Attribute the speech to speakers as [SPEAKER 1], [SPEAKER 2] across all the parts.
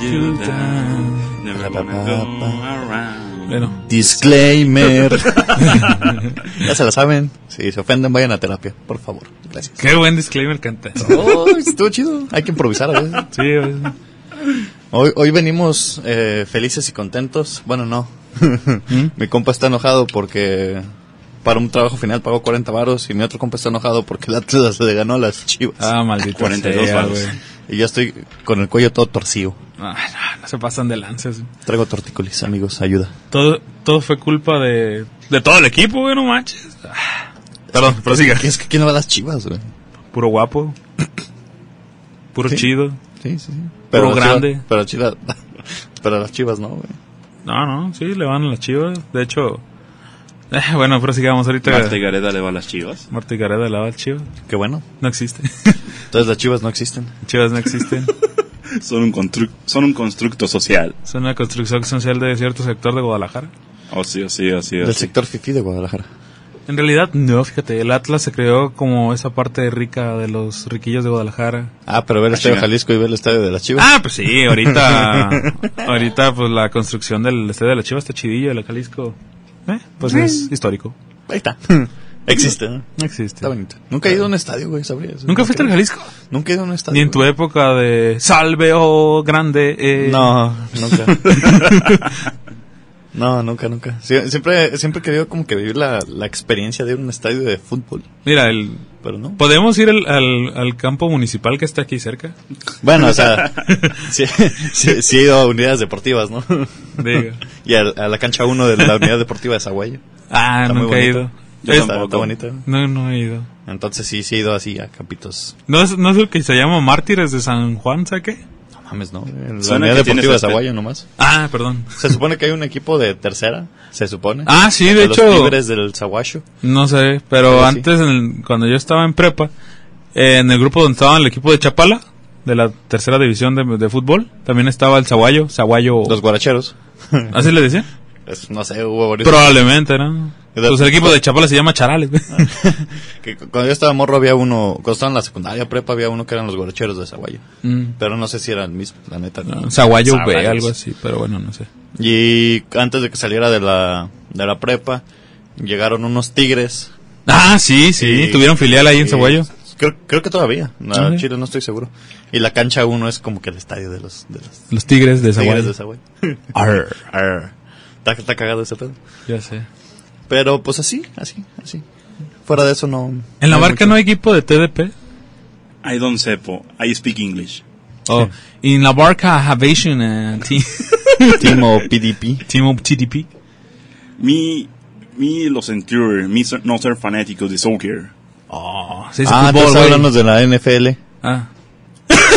[SPEAKER 1] you down. Never gonna go around.
[SPEAKER 2] Bueno,
[SPEAKER 3] Disclaimer. ya se la saben. Si se ofenden, vayan a terapia, por favor. Gracias.
[SPEAKER 2] qué buen disclaimer cantas.
[SPEAKER 3] Oh, estuvo chido. Hay que improvisar a veces.
[SPEAKER 2] Sí, es-
[SPEAKER 3] Hoy, hoy venimos eh, felices y contentos. Bueno, no.
[SPEAKER 2] ¿Mm?
[SPEAKER 3] mi compa está enojado porque para un trabajo final pagó 40 varos y mi otro compa está enojado porque el Atlas le ganó a las chivas.
[SPEAKER 2] ah, maldito.
[SPEAKER 1] 42
[SPEAKER 2] sea,
[SPEAKER 1] varos.
[SPEAKER 2] güey.
[SPEAKER 3] Y ya estoy con el cuello todo torcido.
[SPEAKER 2] Ah, no, no se pasan de lances.
[SPEAKER 3] Traigo tortícolis, amigos, ayuda.
[SPEAKER 2] Todo, todo fue culpa de, de todo el equipo, güey, no manches. Perdón, prosiga.
[SPEAKER 3] Es que ¿quién no va a las chivas, güey?
[SPEAKER 2] Puro guapo. Puro
[SPEAKER 3] Sí.
[SPEAKER 2] chido.
[SPEAKER 3] Sí, sí.
[SPEAKER 2] Puro
[SPEAKER 3] las chivas-
[SPEAKER 2] grande.
[SPEAKER 3] pero, chivas, pero las chivas no, güey.
[SPEAKER 2] No, no, sí, le van a las chivas. De hecho, eh, bueno, prosigamos ahorita.
[SPEAKER 1] Marta y Gareda le va a las chivas.
[SPEAKER 2] Marta y Gareda le va al chivas.
[SPEAKER 3] Qué bueno.
[SPEAKER 2] No existe.
[SPEAKER 3] Entonces las chivas no existen.
[SPEAKER 2] chivas no existen.
[SPEAKER 1] Son un, constru- son un constructo social.
[SPEAKER 2] Es una construcción social de cierto sector de Guadalajara.
[SPEAKER 1] Oh, sí, oh, sí, oh, sí, oh,
[SPEAKER 3] Del
[SPEAKER 1] sí.
[SPEAKER 3] sector fifí de Guadalajara.
[SPEAKER 2] En realidad, no, fíjate, el Atlas se creó como esa parte rica de los riquillos de Guadalajara.
[SPEAKER 3] Ah, pero ver el
[SPEAKER 1] Ah,
[SPEAKER 3] estadio
[SPEAKER 1] chinga.
[SPEAKER 3] Jalisco y ver el estadio de las chivas.
[SPEAKER 2] Ah, pues sí, ahorita, ahorita pues la construcción del estadio de la Chiva está chidillo, el de Jalisco, eh, pues es histórico,
[SPEAKER 3] Ahí está. Existe, ¿no?
[SPEAKER 2] no existe.
[SPEAKER 3] Está bonito. Nunca he ido a un estadio, güey, sabrías.
[SPEAKER 2] ¿Nunca fuiste al
[SPEAKER 3] he-
[SPEAKER 2] Jalisco?
[SPEAKER 3] Nunca he ido a un estadio.
[SPEAKER 2] Ni en tu
[SPEAKER 3] güey.
[SPEAKER 2] época de salve o grande. eh.
[SPEAKER 3] No, nunca. no, nunca, nunca. Sie- Siempre, siempre he querido como que vivir la, la experiencia de ir a un estadio de fútbol,
[SPEAKER 2] Mira, el,
[SPEAKER 3] pero no.
[SPEAKER 2] podemos ir al, al, al campo municipal que está aquí cerca.
[SPEAKER 3] Bueno, o sea, sí, sí- sí he ido a unidades deportivas, ¿no?
[SPEAKER 2] Digo.
[SPEAKER 3] y a, a la cancha 1 de la unidad deportiva de Zaguayo.
[SPEAKER 2] Ah,
[SPEAKER 3] Está muy
[SPEAKER 2] nunca he
[SPEAKER 3] bonito.
[SPEAKER 2] ido.
[SPEAKER 1] Yo
[SPEAKER 3] Está-
[SPEAKER 1] tampoco.
[SPEAKER 3] está bonito.
[SPEAKER 2] No, no he ido.
[SPEAKER 3] Entonces sí, sí he ido así a campitos.
[SPEAKER 2] ¿No es, ¿No es el que se llama Mártires de San Juan, saque?
[SPEAKER 3] No mames, ¿no? La
[SPEAKER 1] Suena
[SPEAKER 3] unidad
[SPEAKER 1] que este- tiene
[SPEAKER 3] deportiva de
[SPEAKER 1] césped.
[SPEAKER 3] Zaguayo nomás.
[SPEAKER 2] Ah, perdón.
[SPEAKER 3] Se supone que hay un equipo de tercera, se supone.
[SPEAKER 2] Ah, sí, de
[SPEAKER 3] los
[SPEAKER 2] hecho.
[SPEAKER 3] Tigres del Zaguayo.
[SPEAKER 2] No sé, pero
[SPEAKER 3] Pero sí.
[SPEAKER 2] antes, en el- cuando yo estaba en prepa, eh, en el grupo donde estaba el equipo de Chapala, de la tercera división de, de fútbol, también estaba el Zaguayo, Zaguayo,
[SPEAKER 3] Los guaracheros.
[SPEAKER 2] ¿así le decía?
[SPEAKER 3] Es- no sé, hubo varios.
[SPEAKER 2] Probablemente, ¿no?
[SPEAKER 3] Era-
[SPEAKER 2] Pues el equipo de Chapala se llama Charales. güey.
[SPEAKER 3] que cu- cuando yo estaba morro había uno, cuando estaba en la secundaria prepa había uno que eran los guaracheros de Zaguayo.
[SPEAKER 2] Mm.
[SPEAKER 3] Pero no sé si era el mismo, la neta.
[SPEAKER 2] No, Ah, Zaguayo B,
[SPEAKER 3] Zaguayos.
[SPEAKER 2] algo así, pero bueno, no sé.
[SPEAKER 3] Y antes de que saliera de la, de la prepa, llegaron unos tigres.
[SPEAKER 2] Ah, sí, sí,
[SPEAKER 3] Y-
[SPEAKER 2] tuvieron filial ahí en
[SPEAKER 3] y-
[SPEAKER 2] Zaguayo.
[SPEAKER 3] Eh, Creo, creo que todavía. No,
[SPEAKER 2] Ajá.
[SPEAKER 3] Chile no estoy seguro. Y la cancha 1 es como que el estadio de los, de los
[SPEAKER 2] Los Tigres de
[SPEAKER 3] tigres de
[SPEAKER 2] Zaguayo.
[SPEAKER 3] Zaguayo.
[SPEAKER 2] Arr.
[SPEAKER 3] Arr. Está, está cagado ese pedo.
[SPEAKER 2] Ya sé.
[SPEAKER 3] Pero pues así, así, así. Fuera de eso no.
[SPEAKER 2] En la
[SPEAKER 3] no hay
[SPEAKER 2] barca
[SPEAKER 3] mucho.
[SPEAKER 2] no hay equipo de TDP.
[SPEAKER 1] I don't sepo. I speak English.
[SPEAKER 2] Oh, y en la barca Havation eh, Team,
[SPEAKER 3] Team o PDP.
[SPEAKER 2] team of TDP.
[SPEAKER 1] Me, me los enture, me so- no ser fanático de soccer.
[SPEAKER 2] Oh, se dice fútbol,
[SPEAKER 3] Ah, entonces
[SPEAKER 2] güey.
[SPEAKER 3] háblanos de la NFL.
[SPEAKER 2] Ah.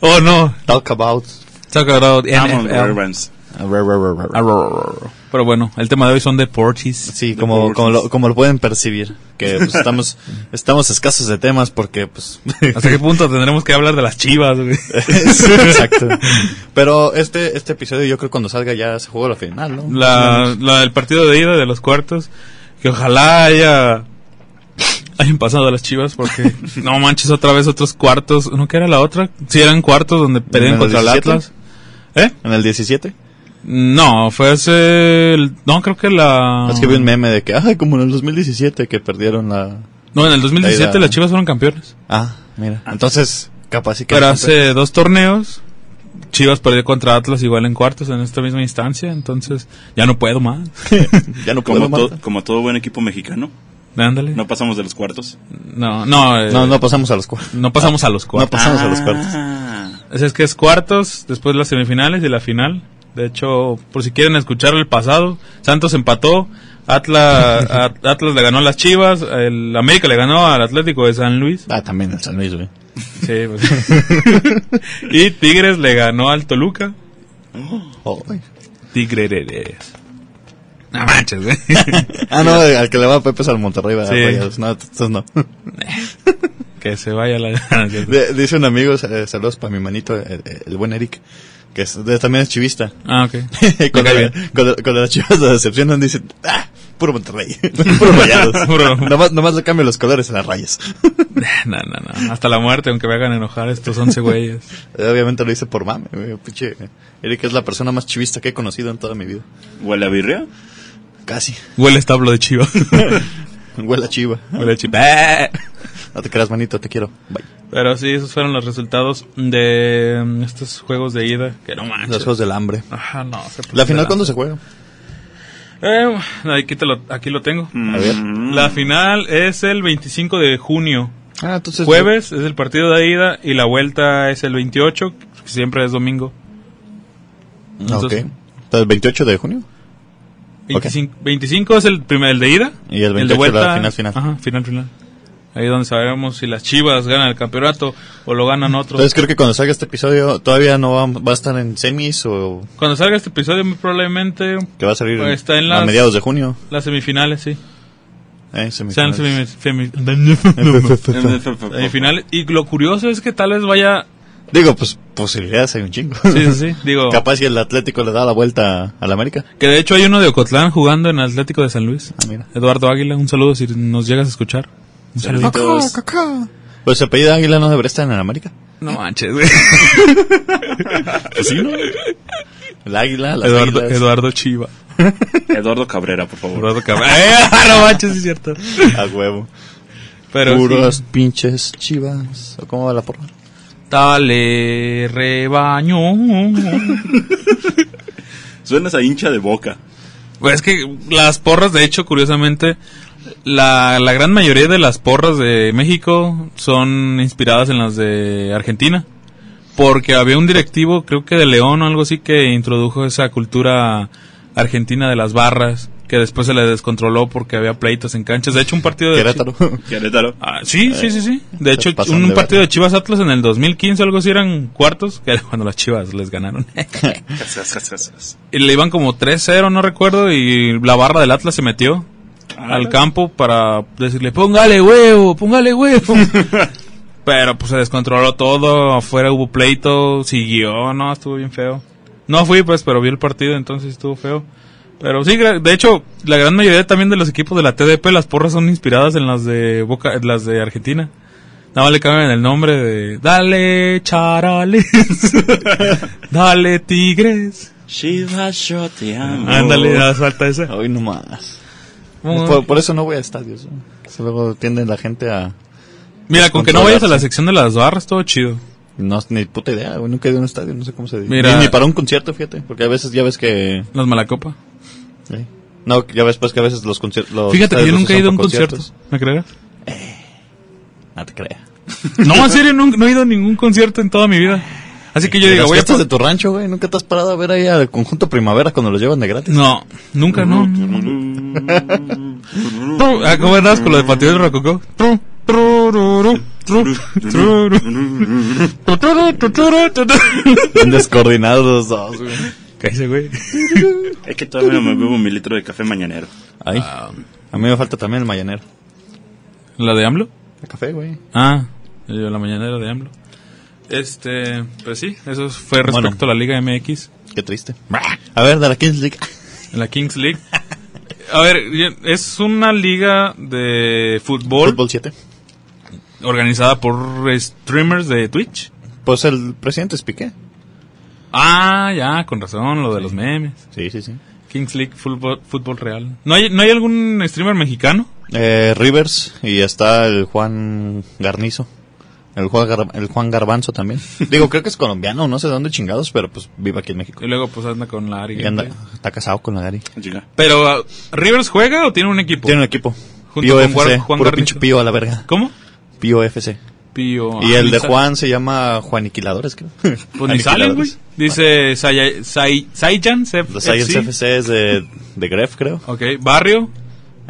[SPEAKER 2] oh, no.
[SPEAKER 3] Talk about.
[SPEAKER 2] Está cagado.
[SPEAKER 3] Eh,
[SPEAKER 1] Amo los
[SPEAKER 2] NFL.
[SPEAKER 1] Ravens.
[SPEAKER 3] Ah,
[SPEAKER 2] Arr. Pero bueno, el tema de hoy son deportes.
[SPEAKER 3] Sí, como, como, lo, como lo pueden percibir, que pues, estamos, estamos escasos de temas porque, pues...
[SPEAKER 2] ¿Hasta qué punto tendremos que hablar de las chivas, güey?
[SPEAKER 3] sí, exacto. Pero este, este episodio yo creo que cuando salga ya se jugó la final, ¿no?
[SPEAKER 2] La, la- el partido de ida de los cuartos. Que ojalá haya. Hayan pasado a las chivas porque no manches otra vez otros cuartos. ¿No que era la otra? Sí, eran cuartos donde
[SPEAKER 3] ¿En
[SPEAKER 2] perdieron
[SPEAKER 3] el
[SPEAKER 2] contra el
[SPEAKER 3] 17?
[SPEAKER 2] Atlas. ¿Eh?
[SPEAKER 3] ¿En el 17?
[SPEAKER 2] No, fue hace. el- No, creo que la.
[SPEAKER 3] Es que vi un meme de que, ay, como en el 2017 que perdieron la...
[SPEAKER 2] No, en el
[SPEAKER 3] La
[SPEAKER 2] 2017
[SPEAKER 3] ida.
[SPEAKER 2] las chivas fueron campeones.
[SPEAKER 3] Ah, mira. Entonces, capaz sí que...
[SPEAKER 2] Pero hace dos torneos, Chivas perdió contra Atlas igual en cuartos en esta misma instancia, entonces ya no puedo más.
[SPEAKER 3] Ya no puedo,
[SPEAKER 1] Como, to-
[SPEAKER 3] Marta.
[SPEAKER 1] como todo buen equipo mexicano,
[SPEAKER 2] Ándale. No,
[SPEAKER 1] no pasamos de los cuartos.
[SPEAKER 2] no, no, eh,
[SPEAKER 3] No,
[SPEAKER 2] no,
[SPEAKER 3] no pasamos a los cuartos.
[SPEAKER 2] pasamos a los
[SPEAKER 3] No
[SPEAKER 2] cuartos.
[SPEAKER 3] pasamos a los
[SPEAKER 1] Ah.
[SPEAKER 3] cuartos.
[SPEAKER 2] Así es que es cuartos, después las semifinales y la final. De hecho, por si quieren escuchar el pasado, Santos empató, Atlas, a- Atlas le ganó a las Chivas, el América le ganó al Atlético de San Luis.
[SPEAKER 3] Ah, también el San Luis, güey.
[SPEAKER 2] Sí, pues. y Tigres le ganó al Toluca.
[SPEAKER 3] Oh, güey.
[SPEAKER 2] Tigreres. No manches, güey.
[SPEAKER 3] Ah, no, al que le va a Pepe es al Monterrey, ¿verdad?
[SPEAKER 2] Sí.
[SPEAKER 3] Rayos. No, entonces no.
[SPEAKER 2] Que se vaya la... Ah,
[SPEAKER 3] De- dice un amigo, eh, saludos para mi manito, el, el buen Eric, que es- de- también es chivista.
[SPEAKER 2] ah, ok. Me
[SPEAKER 3] cuando,
[SPEAKER 2] cae
[SPEAKER 3] la-
[SPEAKER 2] bien.
[SPEAKER 3] cuando- cuando las chivas lo decepcionan, dicen, "Ah, puro Monterrey. puro rayados.
[SPEAKER 2] Puro-
[SPEAKER 3] nomás, nomás le cambio los colores a las rayas.
[SPEAKER 2] No, no, no. Hasta la muerte, aunque me hagan enojar estos 11 güeyes.
[SPEAKER 3] Obviamente lo hice por mame, güey. Pinche. Eric es la persona más chivista que he conocido en toda mi vida.
[SPEAKER 1] ¿Huele a birria?
[SPEAKER 3] Casi.
[SPEAKER 2] Huele a establo de chiva.
[SPEAKER 3] Huele a chiva.
[SPEAKER 2] Huele a chiva.
[SPEAKER 3] No te creas, manito, te quiero. Bye.
[SPEAKER 2] Pero sí, esos fueron los resultados de mm, estos juegos de ida. Que no manches.
[SPEAKER 3] Los juegos del hambre.
[SPEAKER 2] Ajá, no. se pasó
[SPEAKER 3] ¿La
[SPEAKER 2] de
[SPEAKER 3] final
[SPEAKER 2] lanza.
[SPEAKER 3] cuándo se juega?
[SPEAKER 2] Eh, aquí, te lo, aquí lo tengo.
[SPEAKER 1] A
[SPEAKER 3] ver.
[SPEAKER 1] Mm.
[SPEAKER 2] La
[SPEAKER 3] Mm.
[SPEAKER 2] final es el 25 de junio.
[SPEAKER 3] Ah, entonces.
[SPEAKER 2] Jueves es el partido de ida y la vuelta es el 28, que siempre es domingo.
[SPEAKER 3] Ah, ok.
[SPEAKER 2] Entonces,
[SPEAKER 3] Entonces, 28 de junio.
[SPEAKER 2] 25, 25 es el primer el de ida
[SPEAKER 3] Y el 28
[SPEAKER 2] de
[SPEAKER 3] la
[SPEAKER 2] vuelta
[SPEAKER 3] final, final.
[SPEAKER 2] Ajá, final final. Ahí donde sabemos si las Chivas ganan el campeonato o lo ganan otros.
[SPEAKER 3] Entonces creo que cuando salga este episodio todavía no va, va a estar en semis o
[SPEAKER 2] Cuando salga este episodio muy probablemente
[SPEAKER 3] que va a salir
[SPEAKER 2] Pues está en
[SPEAKER 3] a
[SPEAKER 2] las-
[SPEAKER 3] mediados de junio.
[SPEAKER 2] las semifinales, sí.
[SPEAKER 3] Eh,
[SPEAKER 2] Sean
[SPEAKER 3] semifinales.
[SPEAKER 2] semi- semi- semifinales. Y lo curioso es que tal vez vaya...
[SPEAKER 3] Digo, pues posibilidades hay un chingo.
[SPEAKER 2] Sí, sí, sí. Digo,
[SPEAKER 3] Capaz si el Atlético le da la vuelta al América.
[SPEAKER 2] que de hecho hay uno de Ocotlán jugando en Atlético de San Luis.
[SPEAKER 3] Ah, mira.
[SPEAKER 2] Eduardo Águila, un saludo si nos llegas a escuchar. Un saludo.
[SPEAKER 3] Saluditos. Pues se apellido Águila no debería estar en el América.
[SPEAKER 2] No manches, güey.
[SPEAKER 3] Pues sí, ¿no? El Águila, las
[SPEAKER 2] Eduardo,
[SPEAKER 3] Águilas.
[SPEAKER 2] Eduardo Chiva.
[SPEAKER 1] Eduardo Cabrera, por favor.
[SPEAKER 2] Eduardo Cabrera. Eh, no manches, sí es cierto.
[SPEAKER 3] A huevo.
[SPEAKER 2] Pero
[SPEAKER 3] Puras
[SPEAKER 2] sí.
[SPEAKER 3] pinches chivas. ¿O cómo va la porra?
[SPEAKER 2] Dale, rebaño.
[SPEAKER 1] Suena esa hincha de boca.
[SPEAKER 2] Pues es que las porras, de hecho, curiosamente, la, la gran mayoría de las porras de México son inspiradas en las de Argentina. Porque había un directivo, creo que de León o algo así, que introdujo esa cultura argentina de las barras, que después se le descontroló porque había pleitos en canchas. De hecho, un partido de...
[SPEAKER 3] Querétaro.
[SPEAKER 1] Querétaro.
[SPEAKER 2] Ah, sí, sí, sí, sí. De
[SPEAKER 3] Eh, se
[SPEAKER 2] hecho,
[SPEAKER 3] pasan
[SPEAKER 2] un
[SPEAKER 3] de
[SPEAKER 2] partido de Chivas Atlas en el 2015, algo así, eran cuartos, que era cuando las Chivas les ganaron.
[SPEAKER 1] Cas, cas, cas, cas, cas.
[SPEAKER 2] y le iban como 3-0, no recuerdo, y la barra del Atlas se metió
[SPEAKER 1] Ah,
[SPEAKER 2] al campo para decirle, póngale huevo, póngale huevo. Pero pues se descontroló todo, afuera hubo pleito, siguió, no, estuvo bien feo. No fui pues, pero vi el partido, entonces estuvo feo. Pero sí, gra- de hecho, la gran mayoría también de los equipos de la TDP, las porras son inspiradas en las de Boca, en las de Argentina. Nada más le cambian el nombre de Dale Charales, Dale Tigres.
[SPEAKER 1] Chivas, yo te amo.
[SPEAKER 2] Ándale, haz falta esa.
[SPEAKER 3] Hoy nomás.
[SPEAKER 2] Pues,
[SPEAKER 3] Por, por eso no voy a estadios. ¿no? Eso Luego tiende la gente a... Pues
[SPEAKER 2] Mira, con que no vayas a la sección de las barras, todo chido.
[SPEAKER 3] No, ni puta idea, güey. Nunca he ido a un estadio, no sé cómo se dice.
[SPEAKER 2] Mira.
[SPEAKER 3] Ni, ni para un concierto, fíjate. Porque a veces ya ves que.
[SPEAKER 2] Las Malacopa.
[SPEAKER 3] eh, No, ya ves pues que a veces los conciertos.
[SPEAKER 2] Fíjate que yo nunca he ido a un concierto. ¿Me creerás?
[SPEAKER 3] No te creas.
[SPEAKER 2] No, en serio, nunca, no he ido a ningún concierto en toda mi vida. Así que yo
[SPEAKER 3] Yo
[SPEAKER 2] digo, pues-
[SPEAKER 3] las
[SPEAKER 2] voy a...
[SPEAKER 3] fiestas
[SPEAKER 2] pro-
[SPEAKER 3] de tu rancho, güey. Nunca te has parado a ver ahí al conjunto primavera cuando los llevan de gratis.
[SPEAKER 2] No, nunca, no. Tru, ah, ¿Cómo andabas con lo de Patio del Rococó? Tru, trururú, tru, trururú, tuturú, tuturú, tuturú.
[SPEAKER 3] Están descoordinados los dos, güey.
[SPEAKER 2] ¿Qué dice, güey?
[SPEAKER 1] Es que todavía no me bebo mi litro de café mañanero.
[SPEAKER 3] Ay.
[SPEAKER 2] Ah.
[SPEAKER 3] A mí me falta también el mañanero.
[SPEAKER 2] ¿La de AMLO?
[SPEAKER 3] El café, güey.
[SPEAKER 2] Ah, yo, la mañanera de AMLO. Este, pues sí, eso fue respecto a la Liga MX.
[SPEAKER 3] Qué triste. A ver, de la Kings League.
[SPEAKER 2] En la Kings League. A ver, es una liga de fútbol,
[SPEAKER 3] Fútbol 7.
[SPEAKER 2] organizada por streamers de Twitch.
[SPEAKER 3] Pues el presidente es Piqué.
[SPEAKER 2] Ah, ya, con razón, lo de los memes.
[SPEAKER 3] Sí, sí, sí.
[SPEAKER 2] Kings League Fútbol, fútbol Real. ¿No hay, ¿No hay algún streamer mexicano?
[SPEAKER 3] Eh, Rivers y está el Juan Garnizo. El Juan, Gar- el Juan Garbanzo también. Digo, creo que es colombiano, no sé de dónde chingados, pero pues vive aquí en México.
[SPEAKER 2] Y luego pues anda con la Ari
[SPEAKER 3] Y anda-
[SPEAKER 2] Gameplay.
[SPEAKER 3] está casado con la Gary.
[SPEAKER 1] Chica.
[SPEAKER 2] Pero, ah, ¿Rivers juega o tiene un equipo?
[SPEAKER 3] Tiene un equipo.
[SPEAKER 2] Junto
[SPEAKER 3] Pío
[SPEAKER 2] con
[SPEAKER 3] FC.
[SPEAKER 2] Juan- Juan
[SPEAKER 3] puro
[SPEAKER 2] Garnizo.
[SPEAKER 3] pinche pío a la verga.
[SPEAKER 2] ¿Cómo?
[SPEAKER 3] Pío FC.
[SPEAKER 2] Pío.
[SPEAKER 3] Y
[SPEAKER 2] ah,
[SPEAKER 3] el
[SPEAKER 2] ni
[SPEAKER 3] de
[SPEAKER 2] sa-
[SPEAKER 3] Juan se llama Juaniquiladores, creo.
[SPEAKER 2] Pues ni salen, güey. Dice Saya- Sai- Saiyan Cef-
[SPEAKER 3] Los
[SPEAKER 2] FC.
[SPEAKER 3] Science FC es de, de Gref, creo.
[SPEAKER 2] Ok, Barrio,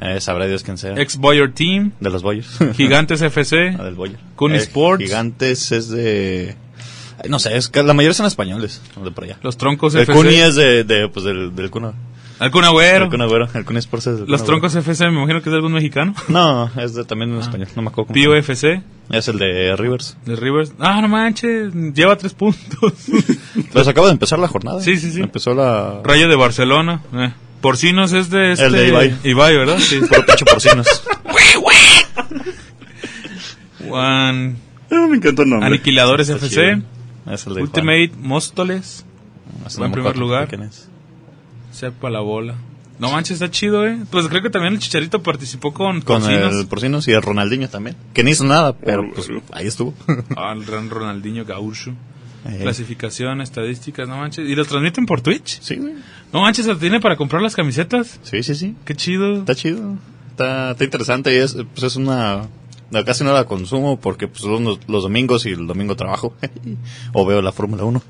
[SPEAKER 3] Eh, sabrá Dios quién sea.
[SPEAKER 2] ex Boyer Team,
[SPEAKER 3] De los Boyers.
[SPEAKER 2] Gigantes FC.
[SPEAKER 3] Ah, del Boyer.
[SPEAKER 2] Kun
[SPEAKER 3] Eh,
[SPEAKER 2] Sports.
[SPEAKER 3] Gigantes es de... ay, No sé, es que la mayoría son españoles. De por allá.
[SPEAKER 2] Los troncos
[SPEAKER 3] El
[SPEAKER 2] FC.
[SPEAKER 3] Cuni es de, de, pues, del, del Kun.
[SPEAKER 2] Al Kun Agüero.
[SPEAKER 3] El Kun Agüero. El Kun Sports es del
[SPEAKER 2] Los
[SPEAKER 3] Kun Agüero.
[SPEAKER 2] troncos FC, me imagino que es de algún mexicano.
[SPEAKER 3] No, es de, también en español. No me acuerdo cómo. se
[SPEAKER 2] Pío
[SPEAKER 3] llama.
[SPEAKER 2] FC,
[SPEAKER 3] Es el de Rivers.
[SPEAKER 2] de Rivers. Ah, no manches, lleva tres puntos.
[SPEAKER 3] Pues acaba de empezar la jornada.
[SPEAKER 2] Sí, sí, sí.
[SPEAKER 3] Empezó la...
[SPEAKER 2] Rayo de Barcelona. eh. Porcinos es de este...
[SPEAKER 3] El de Ibai.
[SPEAKER 2] ¿verdad? Sí.
[SPEAKER 3] Puro pinche porcinos.
[SPEAKER 2] Juan...
[SPEAKER 1] Ah, me encanta el nombre.
[SPEAKER 2] Aniquiladores
[SPEAKER 3] Está
[SPEAKER 2] FC.
[SPEAKER 3] chido. Es el de
[SPEAKER 2] Ultimate Móstoles.
[SPEAKER 3] Juan. Ese
[SPEAKER 2] va en
[SPEAKER 3] no me
[SPEAKER 2] primer
[SPEAKER 3] acuerdo
[SPEAKER 2] lugar.
[SPEAKER 3] quién es.
[SPEAKER 2] Sepa la bola. No manches, está chido, eh. Pues creo que también el Chicharito participó con
[SPEAKER 3] Con
[SPEAKER 2] Porcinos.
[SPEAKER 3] el Porcinos y el Ronaldinho también. Que no hizo nada, pero
[SPEAKER 1] Oh,
[SPEAKER 3] pues
[SPEAKER 1] bueno.
[SPEAKER 3] ahí estuvo.
[SPEAKER 2] Ah, el gran Ronaldinho Gaúcho.
[SPEAKER 3] Eh,
[SPEAKER 2] Clasificación, estadísticas, no manches. ¿Y los transmiten por Twitch?
[SPEAKER 3] sí, güey.
[SPEAKER 2] No manches, ¿la tiene para comprar las camisetas?
[SPEAKER 3] Sí, sí, sí.
[SPEAKER 2] Qué chido.
[SPEAKER 3] Está chido. Está, está interesante y es, pues es una... no, Casi no la consumo porque pues son los, los domingos y el domingo trabajo. o veo la Fórmula 1.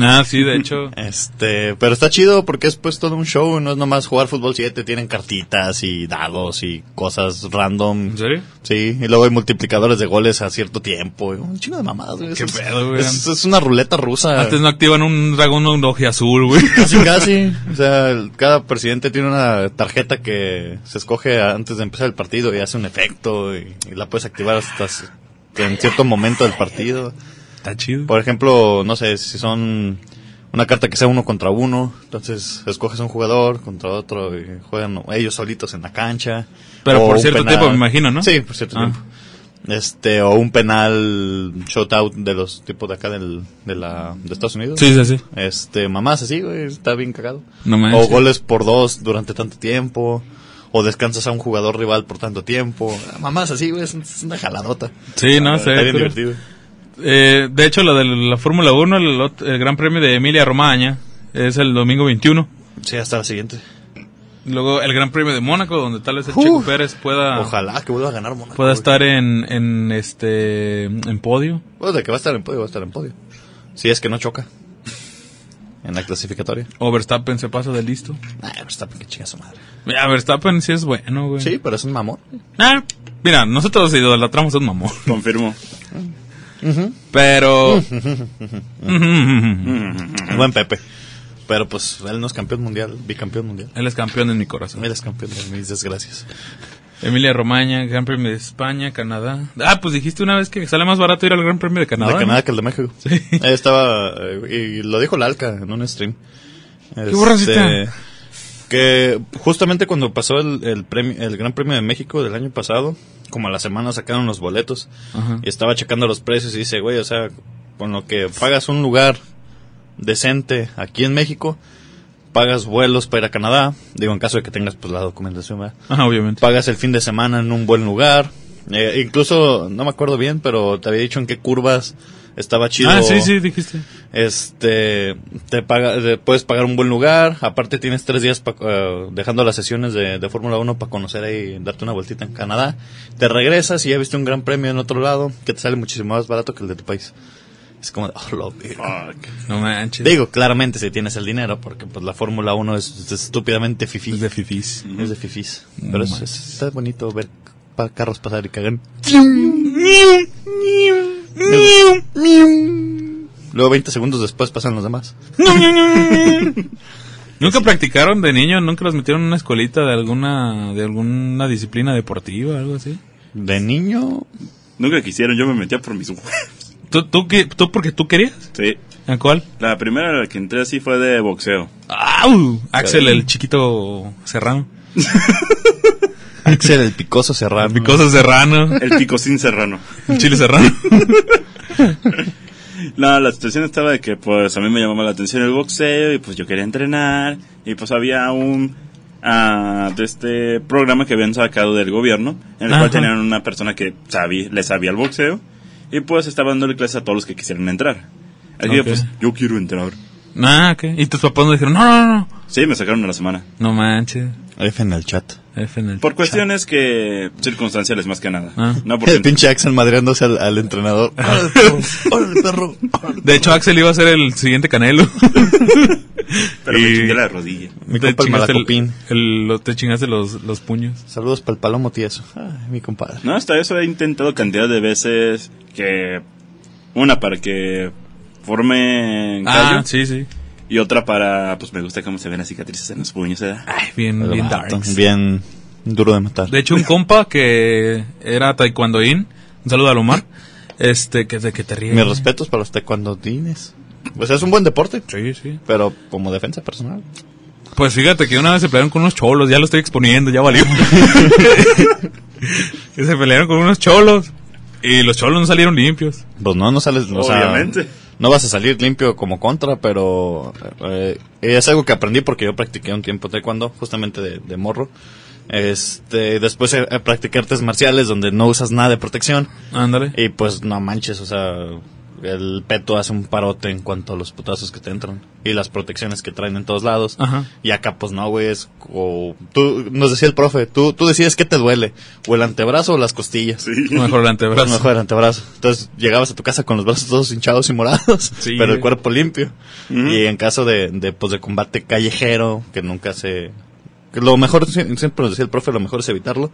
[SPEAKER 2] Ah, sí, de hecho.
[SPEAKER 3] Este, pero está chido porque es pues todo un show, no es nomás jugar fútbol 7, tienen cartitas y dados y cosas random.
[SPEAKER 2] ¿En serio?
[SPEAKER 3] Sí, y luego hay multiplicadores de goles a cierto tiempo. y Un chingo de mamadas, güey.
[SPEAKER 2] Qué
[SPEAKER 3] Es-
[SPEAKER 2] pedo, güey.
[SPEAKER 3] Es, es una ruleta rusa.
[SPEAKER 2] Antes no activan un dragón un oje azul, güey.
[SPEAKER 3] Casi, casi. O sea, el- cada presidente tiene una tarjeta que se escoge antes de empezar el partido y hace un efecto y, y la puedes activar hasta s- en cierto momento del partido.
[SPEAKER 2] Está chido.
[SPEAKER 3] Por ejemplo, no sé, si son una carta que sea uno contra uno, entonces escoges un jugador contra otro y juegan ellos solitos en la cancha.
[SPEAKER 2] Pero
[SPEAKER 3] O
[SPEAKER 2] por
[SPEAKER 3] un
[SPEAKER 2] cierto
[SPEAKER 3] penal.
[SPEAKER 2] tiempo, me imagino, ¿no?
[SPEAKER 3] Sí, por cierto
[SPEAKER 2] Ah.
[SPEAKER 3] tiempo. Este, o un penal shootout de los tipos de acá del, de, la, de Estados Unidos.
[SPEAKER 2] Sí, sí, sí.
[SPEAKER 3] Este, mamás así, güey, está bien cagado.
[SPEAKER 2] No
[SPEAKER 3] O
[SPEAKER 2] manches.
[SPEAKER 3] goles por dos durante tanto tiempo. O descansas a un jugador rival por tanto tiempo. Mamás así, güey, es es una jaladota.
[SPEAKER 2] Sí, no sé.
[SPEAKER 3] Ah, Está bien
[SPEAKER 2] pero-
[SPEAKER 3] divertido.
[SPEAKER 2] Eh, de hecho, lo de la Fórmula 1, el, ot- el Gran Premio de Emilia Romagna, es el domingo 21.
[SPEAKER 3] Sí, hasta la siguiente.
[SPEAKER 2] Luego el Gran Premio de Mónaco, donde tal vez el
[SPEAKER 3] Uf.
[SPEAKER 2] Checo Pérez pueda,
[SPEAKER 3] Ojalá que vuelva a ganar Mónaco.
[SPEAKER 2] pueda
[SPEAKER 3] güey.
[SPEAKER 2] Ah. estar en, en, este, en podio.
[SPEAKER 3] Bueno, de que va a estar en podio, va a estar en podio. Si es que no choca. En la clasificatoria.
[SPEAKER 2] O Verstappen se pasa de listo.
[SPEAKER 3] Ah, pero está que chinga su madre.
[SPEAKER 2] Mira, Verstappen sí es bueno, güey.
[SPEAKER 3] Sí, pero es un mamón.
[SPEAKER 2] Ah, mira, nosotros idolatramos a un mamón.
[SPEAKER 1] Confirmo.
[SPEAKER 2] Pero.
[SPEAKER 3] Un buen Pepe. Pero pues él no es campeón mundial, bicampeón mundial.
[SPEAKER 2] Él es campeón en mi corazón.
[SPEAKER 3] Él es campeón de mis desgracias.
[SPEAKER 2] Emilia Romagna, Gran Premio de España, Canadá. Ah, pues dijiste una vez que sale más barato ir al Gran Premio de Canadá.
[SPEAKER 3] de
[SPEAKER 2] ¿no?
[SPEAKER 3] Canadá que el de México.
[SPEAKER 2] Sí.
[SPEAKER 3] Ahí estaba, eh, y lo dijo la Alca en un stream. Este,
[SPEAKER 2] borracita?
[SPEAKER 3] Que justamente cuando pasó el, el, premio, el Gran Premio de México del año pasado, como a la semana sacaron los boletos,
[SPEAKER 2] Ajá.
[SPEAKER 3] y estaba checando los precios y dice, güey, o sea, con lo que pagas un lugar decente aquí en México, pagas vuelos para ir a Canadá, digo, en caso de que tengas pues la documentación, ¿verdad?
[SPEAKER 2] Ajá, Ah, obviamente.
[SPEAKER 3] pagas el fin de semana en un buen lugar. Eh, incluso, no me acuerdo bien, pero te había dicho en qué curvas estaba chido.
[SPEAKER 2] Ah, sí, sí, dijiste.
[SPEAKER 3] Este, te paga, te puedes pagar un buen lugar. Aparte tienes tres días pa- eh, dejando las sesiones de, de Fórmula 1 para conocer ahí, darte una vueltita en Canadá. Te regresas y ya viste un gran premio en otro lado que te sale muchísimo más barato que el de tu país. Es como, de, oh, lo verga.
[SPEAKER 1] Fuck.
[SPEAKER 2] No manches.
[SPEAKER 3] Digo, claramente si tienes el dinero, porque pues la Fórmula 1 es, es estúpidamente fifí.
[SPEAKER 2] Es de fifís.
[SPEAKER 3] Es de fifís.
[SPEAKER 2] No
[SPEAKER 3] Pero es,
[SPEAKER 2] manches.
[SPEAKER 3] es- está bonito ver pa- carros pasar y cagan. Luego 20 segundos después pasan los demás.
[SPEAKER 2] ¿Nunca practicaron de niño? ¿Nunca los metieron en una escuelita de alguna de alguna disciplina deportiva o algo así?
[SPEAKER 3] De niño,
[SPEAKER 1] Nunca quisieron, yo me metía por mis huevos.
[SPEAKER 2] ¿Tú, tú, qué- tú porque tú querías?
[SPEAKER 1] Sí.
[SPEAKER 2] ¿A cuál?
[SPEAKER 1] La primera a la que entré así fue de boxeo.
[SPEAKER 2] ¡Au! Axel, el chiquito serrano.
[SPEAKER 3] Axel el picoso cerrado.
[SPEAKER 2] Mi cosa serrano.
[SPEAKER 1] El picocín serrano.
[SPEAKER 2] El chile serrano.
[SPEAKER 1] No, la situación estaba de que pues a mí me llamaba la atención el boxeo y pues yo quería entrenar y pues había un ah, de este programa que habían sacado del gobierno en el
[SPEAKER 2] Ajá.
[SPEAKER 1] cual tenían una persona que sabía, le sabía el boxeo y pues estaba dándole clases a todos los que quisieran entrar. Así que
[SPEAKER 2] Ok.
[SPEAKER 1] pues yo quiero entrar.
[SPEAKER 2] Ah, ¿qué? Y tus papás nos dijeron, no, no, no.
[SPEAKER 1] Sí, me sacaron a la semana.
[SPEAKER 2] No manches.
[SPEAKER 3] F en el chat.
[SPEAKER 2] F en el-
[SPEAKER 1] Por cuestiones que circunstanciales más que nada.
[SPEAKER 2] Ah.
[SPEAKER 1] No por
[SPEAKER 3] El pinche Axel madreándose al, al entrenador. Órale, perro. Órale, perro.
[SPEAKER 2] De hecho, Axel iba a ser el siguiente canelo.
[SPEAKER 1] pero me
[SPEAKER 2] y-
[SPEAKER 1] chingué la rodilla.
[SPEAKER 3] Mi
[SPEAKER 2] Te
[SPEAKER 3] compa el
[SPEAKER 2] chingaste,
[SPEAKER 3] malacopín.
[SPEAKER 2] el- lo- te chingaste los, los puños.
[SPEAKER 3] Saludos para el palomo tieso. Ay, mi compadre.
[SPEAKER 1] No, hasta eso he intentado cantidad de veces que una para que forme callo
[SPEAKER 2] Ah, sí, sí.
[SPEAKER 1] y otra para pues me gusta cómo se ven las cicatrices en los puños, ¿eh?
[SPEAKER 2] Ay, bien,
[SPEAKER 3] El
[SPEAKER 2] bien
[SPEAKER 3] vato,
[SPEAKER 2] darks.
[SPEAKER 3] bien duro de matar.
[SPEAKER 2] De hecho, un compa que era taekwondoín, un saludo a Lomar, este, que de que te ríes.
[SPEAKER 3] Mis respetos para los taekwondotines. Pues es un buen deporte,
[SPEAKER 2] Sí, sí.
[SPEAKER 3] pero como defensa personal.
[SPEAKER 2] Pues fíjate que una vez se pelearon con unos cholos, ya lo estoy exponiendo, ya valió. Que se pelearon con unos cholos y los cholos no salieron limpios.
[SPEAKER 3] Pues no, no sales. o sea,
[SPEAKER 1] Obviamente.
[SPEAKER 3] no vas a salir limpio como contra, pero eh, es algo que aprendí porque yo practiqué un tiempo taekwondo, justamente de, de morro. Este, después eh, practiqué artes marciales donde no usas nada de protección.
[SPEAKER 2] Ándale.
[SPEAKER 3] Y pues no manches, o sea, el peto hace un parote en cuanto a los putazos que te entran y las protecciones que traen en todos lados.
[SPEAKER 2] Ajá.
[SPEAKER 3] Y acá pues no, güey, es o tú nos decía el profe, tú tú decides qué te duele, o el antebrazo o las costillas.
[SPEAKER 1] Sí.
[SPEAKER 2] Mejor el
[SPEAKER 3] Pues,
[SPEAKER 2] antebrazo.
[SPEAKER 3] mejor el antebrazo. Entonces llegabas a tu casa con los brazos todos hinchados y morados,
[SPEAKER 2] Sí.
[SPEAKER 3] pero el cuerpo limpio.
[SPEAKER 1] Ujú.
[SPEAKER 3] Y en caso de, de, pues, de combate callejero, que nunca se... que Lo mejor, sie- siempre nos decía el profe, lo mejor es evitarlo.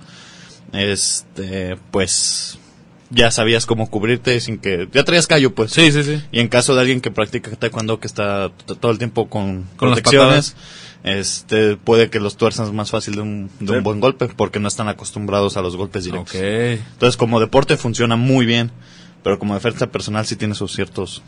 [SPEAKER 3] Este, pues, ya sabías cómo cubrirte sin que... Ya traías callo, pues.
[SPEAKER 2] Sí, sí, sí.
[SPEAKER 3] Y en caso de alguien que practica taekwondo, que está t- todo el tiempo con,
[SPEAKER 2] Con las
[SPEAKER 3] protecciones, este, puede que los tuerzas más fácil de un, de
[SPEAKER 1] Sí.
[SPEAKER 3] un buen golpe, porque no están acostumbrados a los golpes directos.
[SPEAKER 2] Ok.
[SPEAKER 3] Entonces, como deporte funciona muy bien, pero como defensa personal sí tiene sus ciertos...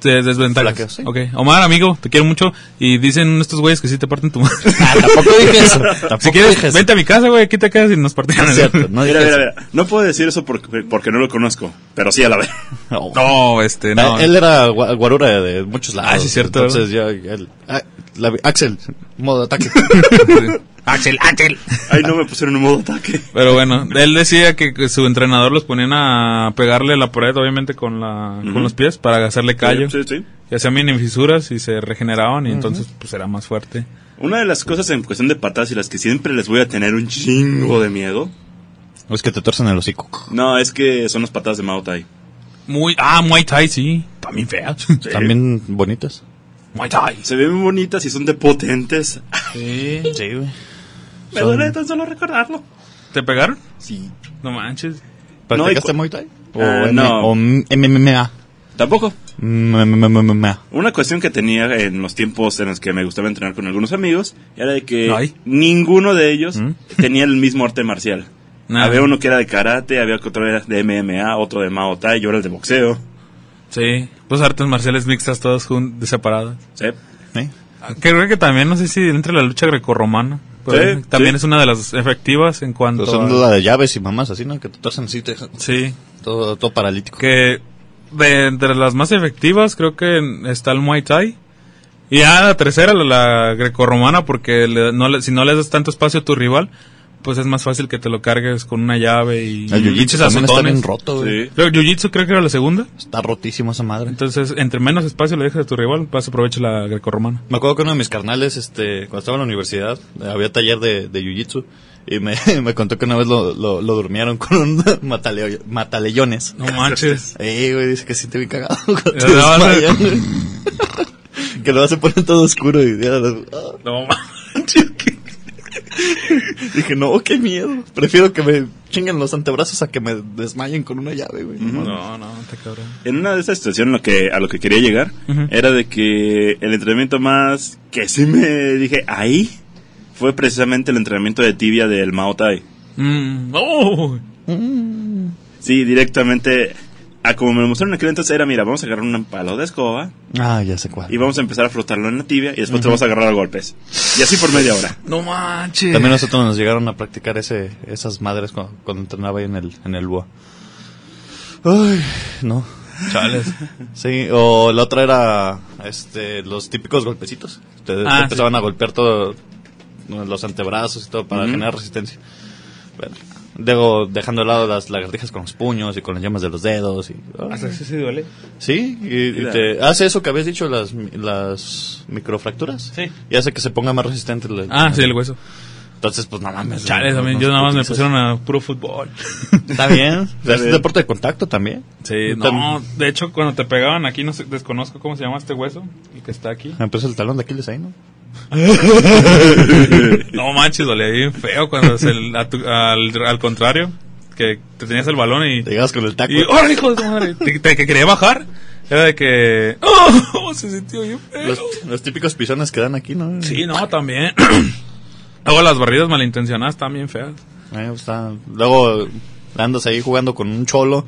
[SPEAKER 2] Te desventajas.
[SPEAKER 3] Flaqueo, sí.
[SPEAKER 2] Ok. Omar, amigo, te quiero mucho. Y dicen estos güeyes que sí te parten tu madre.
[SPEAKER 3] Ah, tampoco dije eso. Tampoco
[SPEAKER 2] si quieres,
[SPEAKER 3] dije eso.
[SPEAKER 2] vente a mi casa, güey. Aquí te quedas y nos partimos.
[SPEAKER 3] No es cierto, no dije
[SPEAKER 1] Mira, mira,
[SPEAKER 3] eso.
[SPEAKER 1] mira. No puedo decir eso porque, porque no lo conozco, pero sí a la vez.
[SPEAKER 3] No.
[SPEAKER 2] No, este, no.
[SPEAKER 3] Ah, Él era gua- guarura de, de muchos lados.
[SPEAKER 2] Ah, sí, cierto.
[SPEAKER 3] Entonces ya... él- ah, la vi- Axel, modo ataque.
[SPEAKER 2] Axel, Axel.
[SPEAKER 1] Ay, no me pusieron en modo ataque.
[SPEAKER 2] Pero bueno, él decía que que su entrenador los ponían a pegarle la pared, obviamente, con, la,
[SPEAKER 1] Ujú.
[SPEAKER 2] con los pies para hacerle callo.
[SPEAKER 1] Sí, sí.
[SPEAKER 2] Y hacían mini fisuras y se regeneraban y entonces pues era más fuerte.
[SPEAKER 1] Una de las cosas en cuestión de patadas y las que siempre les voy a tener un chingo de miedo,
[SPEAKER 3] o es que te torcen el hocico.
[SPEAKER 1] no, es que son las patadas de Mao Tai.
[SPEAKER 2] Muy, ah, Muay Thai, sí. También feas.
[SPEAKER 3] También bonitas.
[SPEAKER 2] Muay Thai.
[SPEAKER 1] Se ven muy bonitas y son de potentes. Ah,
[SPEAKER 2] Sí.
[SPEAKER 3] Sí, güey.
[SPEAKER 1] Me
[SPEAKER 3] Son-
[SPEAKER 1] duele tan solo recordarlo.
[SPEAKER 2] ¿Te pegaron?
[SPEAKER 1] Sí.
[SPEAKER 2] No manches.
[SPEAKER 3] ¿Practicaste
[SPEAKER 1] No, y cu-
[SPEAKER 3] Muay Thai? O,
[SPEAKER 1] Ah,
[SPEAKER 3] M-
[SPEAKER 1] no.
[SPEAKER 3] o M- MMA.
[SPEAKER 1] Tampoco.
[SPEAKER 3] Mm, MMA.
[SPEAKER 1] Una cuestión que tenía en los tiempos en los que me gustaba entrenar con algunos amigos era de que
[SPEAKER 2] Ay.
[SPEAKER 1] ninguno de ellos
[SPEAKER 2] ¿Mm? Ah.
[SPEAKER 1] tenía el mismo arte marcial.
[SPEAKER 2] Nada.
[SPEAKER 1] Había uno que era de karate, había otro era de MMA, otro de Mao Tai, yo era el de boxeo.
[SPEAKER 2] Sí. Pues artes marciales mixtas todas jun- de separadas.
[SPEAKER 1] ¿sí?
[SPEAKER 3] ¿Eh?
[SPEAKER 2] Ah, Creo que también, no sé si entre la lucha grecorromana. por
[SPEAKER 1] Sí,
[SPEAKER 2] ahí, también
[SPEAKER 1] sí.
[SPEAKER 2] es una de las efectivas en cuanto
[SPEAKER 3] Pero Son
[SPEAKER 2] a-
[SPEAKER 3] la de llaves y mamás así, ¿no? Que te torcen así, te dejan
[SPEAKER 2] Sí.
[SPEAKER 3] todo, todo paralítico.
[SPEAKER 2] Que de entre las más efectivas creo que está el Muay Thai. Y ya la tercera, la, la grecorromana, porque le- no le- si no le das tanto espacio a tu rival, pues es más fácil que te lo cargues con una llave y
[SPEAKER 3] El jiu-jitsu
[SPEAKER 2] pinches
[SPEAKER 3] también está
[SPEAKER 2] azotones.
[SPEAKER 3] bien roto, güey.
[SPEAKER 1] Sí.
[SPEAKER 2] Creo que Jiu-jitsu creo que era la segunda.
[SPEAKER 3] Está rotísimo esa madre.
[SPEAKER 2] Entonces, entre menos espacio le dejas a tu rival, más aprovecha la grecorromana.
[SPEAKER 3] Me acuerdo que uno de mis carnales, este, cuando estaba en la universidad, eh, había taller de, de jiu-jitsu. Y me, me contó que una vez lo, lo, lo durmieron con un mataleo- mataleones.
[SPEAKER 2] No manches.
[SPEAKER 3] Ey, güey, dice que siente bien cagado. cuando te
[SPEAKER 2] Ya la vas a-
[SPEAKER 3] desmayan, güey. que lo vas a poner todo oscuro. Y ya lo- ah.
[SPEAKER 2] No manches. qué-
[SPEAKER 3] dije, no, qué miedo. Prefiero que me chinguen los antebrazos a que me desmayen con una llave, güey. No mames.
[SPEAKER 2] No, no, te cabrón.
[SPEAKER 1] En una de esas situaciones lo que, a lo que quería llegar
[SPEAKER 2] Ujú.
[SPEAKER 1] era de que el entrenamiento más que sí me dije ahí fue precisamente el entrenamiento de tibia del Mao Tai.
[SPEAKER 2] Mm, oh.
[SPEAKER 1] Sí, directamente a como me lo mostraron en aquel entonces era, mira, vamos a agarrar un palo de escoba
[SPEAKER 3] Ah, ya sé cuál.
[SPEAKER 1] y vamos a empezar a frotarlo en la tibia y después te vamos a agarrar a golpes. Y así por media hora.
[SPEAKER 2] No manches.
[SPEAKER 3] También nosotros nos llegaron a practicar ese, esas madres cu- cuando, entrenaba ahí en el, en el BUA. Ay, no.
[SPEAKER 2] Chales.
[SPEAKER 3] Sí, o la otra era este, los típicos golpecitos. Te, te
[SPEAKER 2] Ah, sí.
[SPEAKER 3] empezaban a golpear todo, los antebrazos y todo para
[SPEAKER 1] Ujú.
[SPEAKER 3] generar resistencia. Bueno, luego dejando de lado las lagartijas con los puños y con las llamas de los dedos. Y, ay.
[SPEAKER 2] Hasta eso Ah, sí duele.
[SPEAKER 3] Sí, y, y te hace eso que habías dicho, las, mi- las microfracturas.
[SPEAKER 2] Sí.
[SPEAKER 3] Y hace que se ponga más resistente. el-
[SPEAKER 2] Ah, sí, el hueso.
[SPEAKER 3] Entonces, pues no mames.
[SPEAKER 2] Chales,
[SPEAKER 3] no-
[SPEAKER 2] también.
[SPEAKER 3] no
[SPEAKER 2] Yo
[SPEAKER 3] se
[SPEAKER 2] nada más me
[SPEAKER 3] putiza.
[SPEAKER 2] pusieron a puro fútbol.
[SPEAKER 3] Está bien. O sea,
[SPEAKER 1] Está
[SPEAKER 3] es
[SPEAKER 1] bien.
[SPEAKER 3] deporte de contacto también.
[SPEAKER 2] Sí,
[SPEAKER 3] Eh, Tam-
[SPEAKER 2] no, de hecho cuando te pegaban aquí, no sé, desconozco cómo se llama este hueso, el que está aquí.
[SPEAKER 3] Empezó el talón de Aquiles ahí, ¿no?
[SPEAKER 2] No manches, dolía bien feo cuando es el, a tu- al, al contrario, que te tenías el balón y...
[SPEAKER 3] Te llegas con el taco.
[SPEAKER 2] Y, ¡Órale, hijo de tu madre! Te, te- que quería bajar, era de que... ¡Oh! Se sintió bien feo.
[SPEAKER 3] Los, los típicos pisones que dan aquí, ¿no? Eh,
[SPEAKER 2] Sí, no, también. Luego las barridas malintencionadas también feas.
[SPEAKER 3] Eh, pues, está- Luego andas ahí jugando con un cholo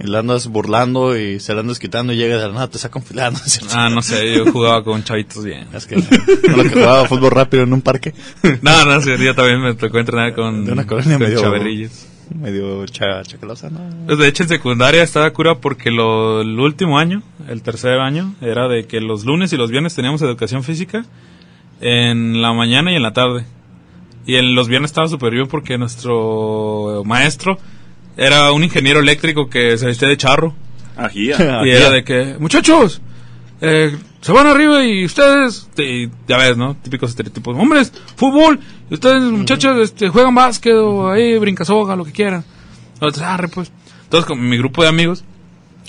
[SPEAKER 3] Y la andas burlando y se la andas quitando y llega de la nada, te sacan filando.
[SPEAKER 2] Ah, no sé, yo jugaba con chavitos bien.
[SPEAKER 3] Es que con lo que jugaba fútbol rápido en un parque.
[SPEAKER 2] No, no, sí, yo también me tocó entrenar con,
[SPEAKER 3] De una colonia
[SPEAKER 2] con
[SPEAKER 3] medio-
[SPEAKER 2] chaverrillos.
[SPEAKER 3] Medio cha chacalosa, ¿no?
[SPEAKER 2] Pues, de hecho, en secundaria estaba cura porque lo, el último año, el tercer año, era de que los lunes y los viernes teníamos educación física en la mañana y en la tarde. Y en los viernes estaba súper bien porque nuestro maestro era un ingeniero eléctrico que se vestía de charro.
[SPEAKER 1] Ah, Ajía.
[SPEAKER 2] Ah, Y era de que, muchachos, eh, se van arriba y ustedes, y ya ves, ¿no? Típicos estereotipos. Hombres, fútbol, y ustedes, muchachos, este, juegan básquet o ahí brincasoga, lo que quieran. Otros, arre, pues. Entonces, con mi grupo de amigos,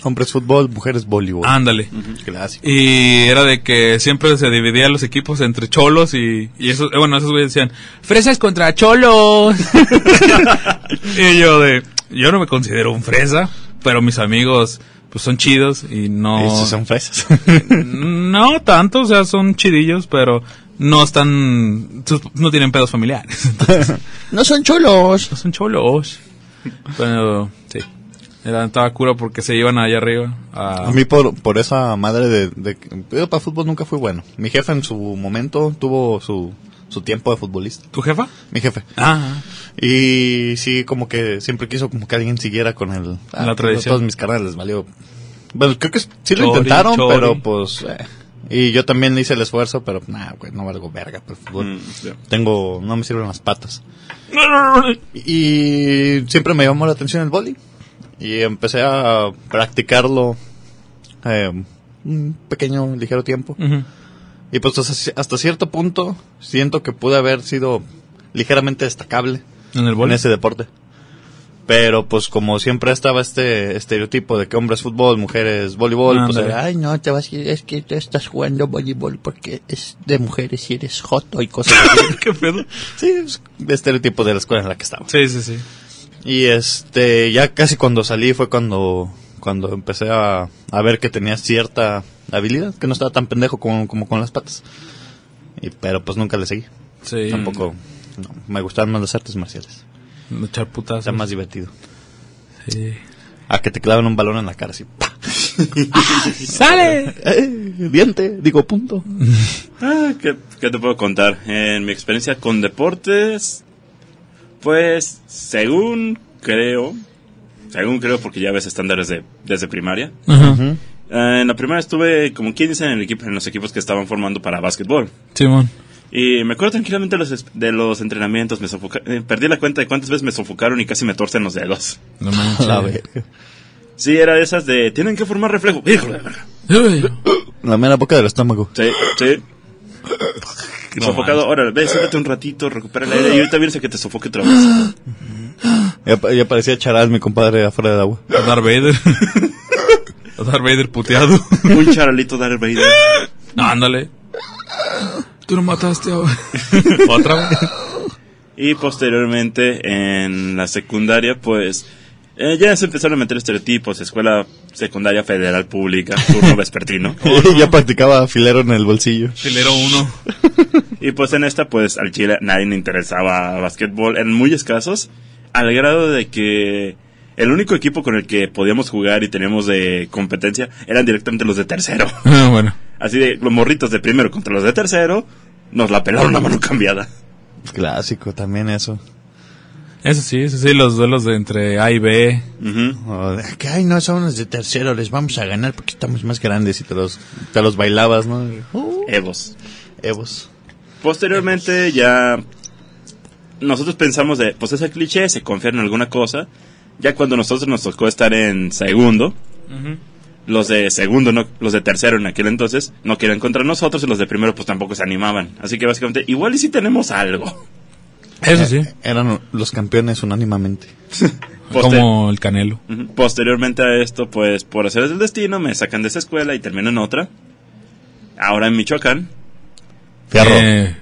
[SPEAKER 3] Hombres fútbol, mujeres voleibol.
[SPEAKER 2] ándale.
[SPEAKER 3] Clásico.
[SPEAKER 2] Y era de que siempre se dividían los equipos entre cholos y, y eso, eh, bueno, esos güeyes decían, fresas contra cholos. y yo de, yo no me considero un fresa, pero mis amigos, pues son chidos y no...
[SPEAKER 3] Y si son fresas.
[SPEAKER 2] No tanto, o sea, son chidillos, pero no están. sus- No tienen pedos familiares.
[SPEAKER 3] no son chulos.
[SPEAKER 2] No son cholos. Pero, sí. Era, estaba cura porque se iban allá arriba. a-
[SPEAKER 3] A mí por, por esa madre de, de... Yo para fútbol nunca fui bueno. Mi jefe en su momento tuvo su, su tiempo de futbolista.
[SPEAKER 2] ¿Tu jefa?
[SPEAKER 3] Mi jefe.
[SPEAKER 2] Ah,
[SPEAKER 3] Y sí, como que siempre quiso como que alguien siguiera con el...
[SPEAKER 2] La tradición.
[SPEAKER 3] Todos mis carnales les valió. Bueno, creo que sí lo
[SPEAKER 2] Chori,
[SPEAKER 3] intentaron,
[SPEAKER 2] chori.
[SPEAKER 3] pero pues... eh. Y yo también hice el esfuerzo, pero nah, güey, no valgo verga para el fútbol.
[SPEAKER 1] Mm, sí.
[SPEAKER 3] Tengo... No me sirven las patas. Y siempre me llamó la atención el boli. Y empecé a practicarlo eh, un pequeño, ligero tiempo.
[SPEAKER 2] Ujú.
[SPEAKER 3] Y pues hasta, hasta cierto punto siento que pude haber sido ligeramente destacable
[SPEAKER 2] En el bol.
[SPEAKER 3] en ese deporte. Pero pues como siempre estaba este estereotipo de que hombres fútbol, mujeres voleibol, pues
[SPEAKER 2] Ándale.
[SPEAKER 3] era, ay no, te vas a ir, es que
[SPEAKER 4] tú estás jugando voleibol porque es de mujeres y eres joto y cosas así.
[SPEAKER 2] ¿Qué pedo?
[SPEAKER 3] sí, es estereotipo de la escuela en la que estaba.
[SPEAKER 2] Sí, sí, sí.
[SPEAKER 3] Y este, ya casi cuando salí fue cuando, cuando empecé a, a ver que tenía cierta habilidad, que no estaba tan pendejo como, como con las patas. Y, pero pues nunca le seguí.
[SPEAKER 2] Sí.
[SPEAKER 3] Tampoco, no, me gustaban más las artes marciales.
[SPEAKER 2] Echar putazos.
[SPEAKER 3] Está más divertido.
[SPEAKER 2] Sí.
[SPEAKER 3] A que te claven un balón en la cara así. ¡pa!
[SPEAKER 2] ¡Sale!
[SPEAKER 3] ¡Eh! Diente, digo punto.
[SPEAKER 1] Ah, ¿qué, qué te puedo contar? En mi experiencia con deportes, pues según creo, según creo porque ya ves estándares de, desde primaria,
[SPEAKER 2] Ajá.
[SPEAKER 1] eh, en la primaria estuve como 15 en, el equipo, en los equipos que estaban formando para básquetbol.
[SPEAKER 2] Simón.
[SPEAKER 1] Y me acuerdo tranquilamente de los, es- de los entrenamientos, me sofoca- eh, perdí la cuenta de cuántas veces me sofocaron y casi me torcen los dedos.
[SPEAKER 2] No manches.
[SPEAKER 3] La, verga.
[SPEAKER 1] Sí, era de esas de, tienen que formar reflejo. Híjole, la verga.
[SPEAKER 2] Uy.
[SPEAKER 3] la mera boca del estómago.
[SPEAKER 1] Sí, sí.
[SPEAKER 2] No
[SPEAKER 1] Sofocado,
[SPEAKER 2] manches.
[SPEAKER 1] ahora, ve, siéntate un ratito, recupera el aire y ahorita vienes a que te sofoque otra vez.
[SPEAKER 3] Ya, pa- ya parecía charal mi compadre afuera del agua.
[SPEAKER 2] A Darth Vader. A Darth Vader puteado.
[SPEAKER 1] Un charalito Darth Vader.
[SPEAKER 2] No, ándale. Tú no mataste a... ¿Otra vez?
[SPEAKER 1] Y posteriormente en la secundaria, pues eh, ya se empezaron a meter estereotipos, escuela secundaria federal pública, turno vespertino.
[SPEAKER 3] ya practicaba filero en el bolsillo.
[SPEAKER 2] Filero 1.
[SPEAKER 1] Y pues en esta, pues al chile nadie le interesaba básquetbol, en muy escasos, al grado de que el único equipo con el que podíamos jugar y teníamos de competencia eran directamente los de tercero.
[SPEAKER 2] Ah, bueno.
[SPEAKER 1] Así de los morritos de primero contra los de tercero, nos la pelaron la mano cambiada.
[SPEAKER 3] Clásico también eso.
[SPEAKER 2] Eso sí, eso sí, los duelos de entre A y B.
[SPEAKER 1] Ujú.
[SPEAKER 3] O de que, ay, no, son los de tercero, les vamos a ganar porque estamos más grandes y te los, te los bailabas, ¿no? Uh,
[SPEAKER 1] Evos.
[SPEAKER 3] Evos.
[SPEAKER 1] Posteriormente ya nosotros pensamos de, pues ese cliché se confía en alguna cosa. Ya cuando nosotros nos tocó estar en segundo, los de segundo, no, los de tercero en aquel entonces, no querían contra nosotros y los de primero pues tampoco se animaban. Así que básicamente, igual y si tenemos algo.
[SPEAKER 2] Eso sí.
[SPEAKER 3] Eh, Eran los campeones unánimamente.
[SPEAKER 1] Poster-
[SPEAKER 2] Como el canelo.
[SPEAKER 1] Ujú. Posteriormente a esto, pues por hacer el destino, me sacan de esa escuela y termino en otra. Ahora en Michoacán.
[SPEAKER 3] Fierro.
[SPEAKER 2] Eh,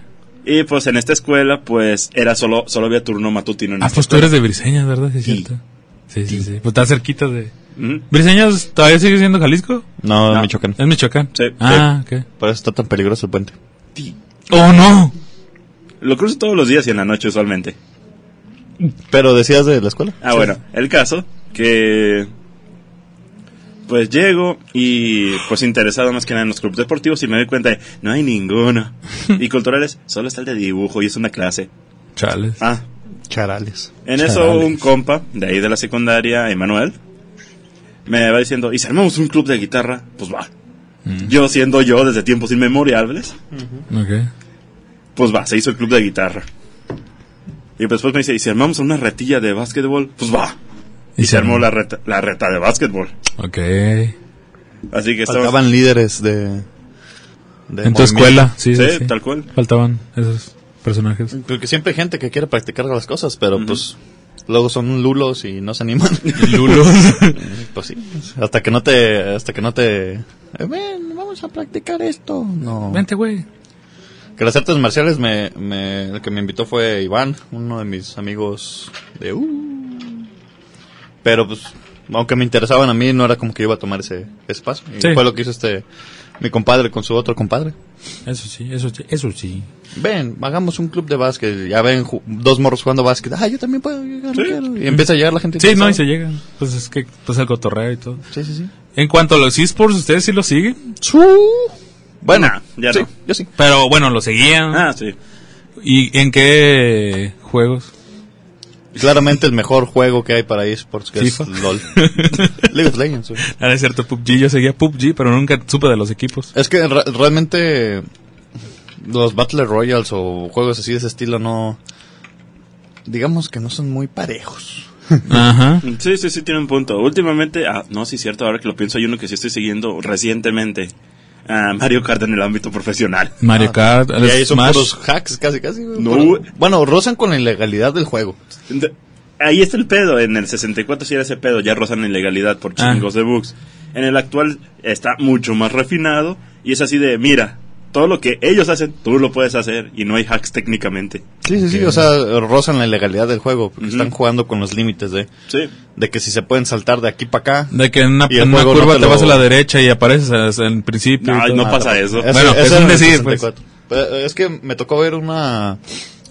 [SPEAKER 1] Y pues en esta escuela, pues era solo, solo había turno matutino en
[SPEAKER 2] ah,
[SPEAKER 1] esta
[SPEAKER 2] pues tú
[SPEAKER 1] escuela.
[SPEAKER 2] eres de Briseñas, ¿verdad? Sí, es cierto. Sí, sí, sí. Pues está cerquita de...
[SPEAKER 1] Ujú.
[SPEAKER 2] ¿Briseñas todavía sigue siendo Jalisco?
[SPEAKER 3] No,
[SPEAKER 1] No.
[SPEAKER 3] en Michoacán.
[SPEAKER 2] Es Michoacán.
[SPEAKER 1] Sí, sí.
[SPEAKER 2] Ah, ok.
[SPEAKER 3] Por eso está tan peligroso el puente.
[SPEAKER 2] ¡Oh, no!
[SPEAKER 1] Lo cruzo todos los días y en la noche usualmente.
[SPEAKER 3] Pero decías de la escuela.
[SPEAKER 1] Ah, bueno, el caso que Pues llego y pues interesado más que nada en los clubes deportivos y me doy cuenta de no hay ninguno. y culturales, solo está el de dibujo y es una clase.
[SPEAKER 2] Chales.
[SPEAKER 1] Ah,
[SPEAKER 3] Charales.
[SPEAKER 1] en eso un compa de ahí de la secundaria, Emanuel, me va diciendo, ¿y si armamos un club de guitarra? Pues va.
[SPEAKER 2] Mm.
[SPEAKER 1] Yo siendo yo desde tiempos inmemoriales,
[SPEAKER 2] Ok.
[SPEAKER 1] pues va, se hizo el club de guitarra. Y pues después me dice, ¿y si armamos una retilla de básquetbol? Pues va. Y, se armó la reta, la reta de básquetbol.
[SPEAKER 2] Ok.
[SPEAKER 1] Así que estaba...
[SPEAKER 3] Faltaban líderes de... de
[SPEAKER 2] En tu
[SPEAKER 3] movimiento.
[SPEAKER 2] escuela, sí,
[SPEAKER 1] Sí,
[SPEAKER 2] sí, sí.
[SPEAKER 1] tal cual.
[SPEAKER 2] Faltaban esos personajes.
[SPEAKER 3] Porque siempre hay gente que quiere practicar las cosas, pero pues luego son lulos y no se animan.
[SPEAKER 2] Lulos.
[SPEAKER 3] pues sí, hasta que no te hasta que no te eh, ven, vamos a practicar esto. No.
[SPEAKER 2] Vente, güey.
[SPEAKER 3] Que las artes marciales me, me el que me invitó fue Iván, uno de mis amigos de uh. Pero pues aunque me interesaban a mí no era como que iba a tomar ese, ese paso. Y
[SPEAKER 2] Sí.
[SPEAKER 3] fue lo que hizo este mi compadre con su otro compadre.
[SPEAKER 2] Eso sí, eso sí, eso sí.
[SPEAKER 3] Ven, hagamos un club de básquet. Ya ven, ju- dos morros jugando básquet. Ah, yo también puedo. yo no quiero. Y empieza a llegar la gente.
[SPEAKER 2] Sí, no, y se
[SPEAKER 3] interesada.
[SPEAKER 2] llega. Pues es que pues el cotorreo y todo.
[SPEAKER 3] Sí, sí, sí.
[SPEAKER 2] En cuanto a los esports, ¿ustedes sí los siguen?
[SPEAKER 3] Bueno,
[SPEAKER 1] Nah, ya
[SPEAKER 3] sí,
[SPEAKER 1] no.
[SPEAKER 3] yo sí.
[SPEAKER 2] Pero bueno, los seguían.
[SPEAKER 1] Ah, sí.
[SPEAKER 2] ¿Y en qué juegos?
[SPEAKER 3] Claramente el mejor juego que hay para eSports que
[SPEAKER 2] FIFA.
[SPEAKER 3] es LOL. League of Legends. güey.
[SPEAKER 2] Ah, es cierto, PUBG. Yo seguía PUBG, pero nunca supe de los equipos.
[SPEAKER 3] Es que re- realmente los Battle Royals o juegos así de ese estilo no... Digamos que no son muy parejos.
[SPEAKER 2] Ajá.
[SPEAKER 1] Sí, sí, sí, tiene un punto. Últimamente, ah, no, sí, cierto, ahora que lo pienso, hay uno que sí estoy siguiendo recientemente. Ah, Mario Kart en el ámbito profesional.
[SPEAKER 2] Mario Kart,
[SPEAKER 3] Ah, Y ahí son
[SPEAKER 2] Smash.
[SPEAKER 3] puros hacks casi, casi. güey.
[SPEAKER 1] No,
[SPEAKER 3] Puro-
[SPEAKER 1] güey.
[SPEAKER 3] Bueno, rozan con la ilegalidad del juego.
[SPEAKER 1] Ent- Ahí está el pedo, en el 64 sí era ese pedo, ya rozan la ilegalidad por
[SPEAKER 2] Ah.
[SPEAKER 1] chingos de bugs. En el actual está mucho más refinado y es así de, mira, todo lo que ellos hacen, tú lo puedes hacer y no hay hacks técnicamente.
[SPEAKER 3] Sí, sí, sí. O sea, rozan la ilegalidad del juego. Porque
[SPEAKER 1] Ujú.
[SPEAKER 3] están jugando con los límites de...
[SPEAKER 1] Sí,
[SPEAKER 3] de que si se pueden saltar de aquí para acá.
[SPEAKER 2] De que en una,
[SPEAKER 3] Y el
[SPEAKER 2] en una
[SPEAKER 3] juego no
[SPEAKER 2] curva
[SPEAKER 3] te
[SPEAKER 2] te
[SPEAKER 3] lo-
[SPEAKER 2] vas a la derecha y apareces as- en el principio. y
[SPEAKER 1] No,
[SPEAKER 2] todo.
[SPEAKER 1] no pasa eso.
[SPEAKER 3] Ese-
[SPEAKER 2] Bueno,
[SPEAKER 3] ese
[SPEAKER 2] es
[SPEAKER 3] era
[SPEAKER 2] un
[SPEAKER 3] en el
[SPEAKER 2] decir, pues.
[SPEAKER 3] 64. Pero, eh, Es que me tocó ver una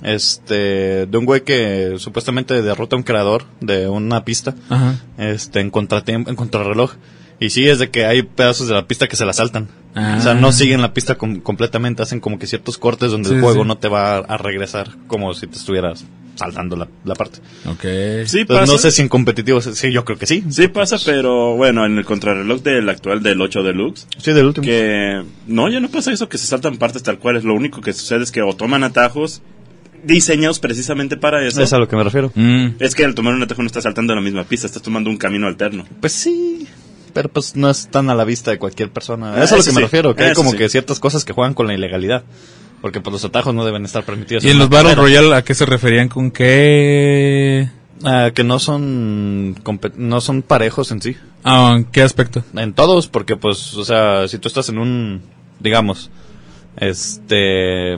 [SPEAKER 3] este de un güey que supuestamente derrota a un creador de una pista
[SPEAKER 2] Ajá.
[SPEAKER 3] este en contratiempo en contrarreloj y sí es de que hay pedazos de la pista que se la saltan
[SPEAKER 2] Ah.
[SPEAKER 3] o sea no siguen la pista com- completamente hacen como que ciertos cortes donde
[SPEAKER 2] Sí,
[SPEAKER 3] el juego
[SPEAKER 2] sí.
[SPEAKER 3] no te va a regresar como si te estuvieras saltando la, la parte
[SPEAKER 2] Ok.
[SPEAKER 1] sí
[SPEAKER 3] Entonces,
[SPEAKER 1] pasa.
[SPEAKER 3] pues no sé si en competitivo sí yo creo que sí
[SPEAKER 1] Sí pasa, pero bueno, en el contrarreloj del actual del 8 Deluxe,
[SPEAKER 3] sí del último
[SPEAKER 1] que no, ya no pasa eso, que se saltan partes tal cual, es lo único que sucede es que o toman atajos diseñados precisamente para eso.
[SPEAKER 3] es a lo que me refiero
[SPEAKER 2] Mm.
[SPEAKER 1] Es que al tomar un atajo no estás saltando a la misma pista, estás tomando un camino alterno.
[SPEAKER 3] Pues sí, pero pues no es tan a la vista de cualquier persona.
[SPEAKER 1] Ah,
[SPEAKER 3] Eso es a lo
[SPEAKER 1] eso
[SPEAKER 3] que me
[SPEAKER 1] sí,
[SPEAKER 3] refiero, que hay
[SPEAKER 1] eso
[SPEAKER 3] como
[SPEAKER 1] sí.
[SPEAKER 3] que ciertas cosas que juegan con la ilegalidad. Porque pues los atajos no deben estar permitidos.
[SPEAKER 2] ¿Y en los
[SPEAKER 3] una
[SPEAKER 2] Battle
[SPEAKER 3] carrera.
[SPEAKER 2] Royale a qué se referían con qué?
[SPEAKER 3] Ah, que no son, compe- no son parejos en sí.
[SPEAKER 2] Ah, ¿en ¿Qué aspecto?
[SPEAKER 3] En todos, porque pues, o sea, si tú estás en un, digamos, este...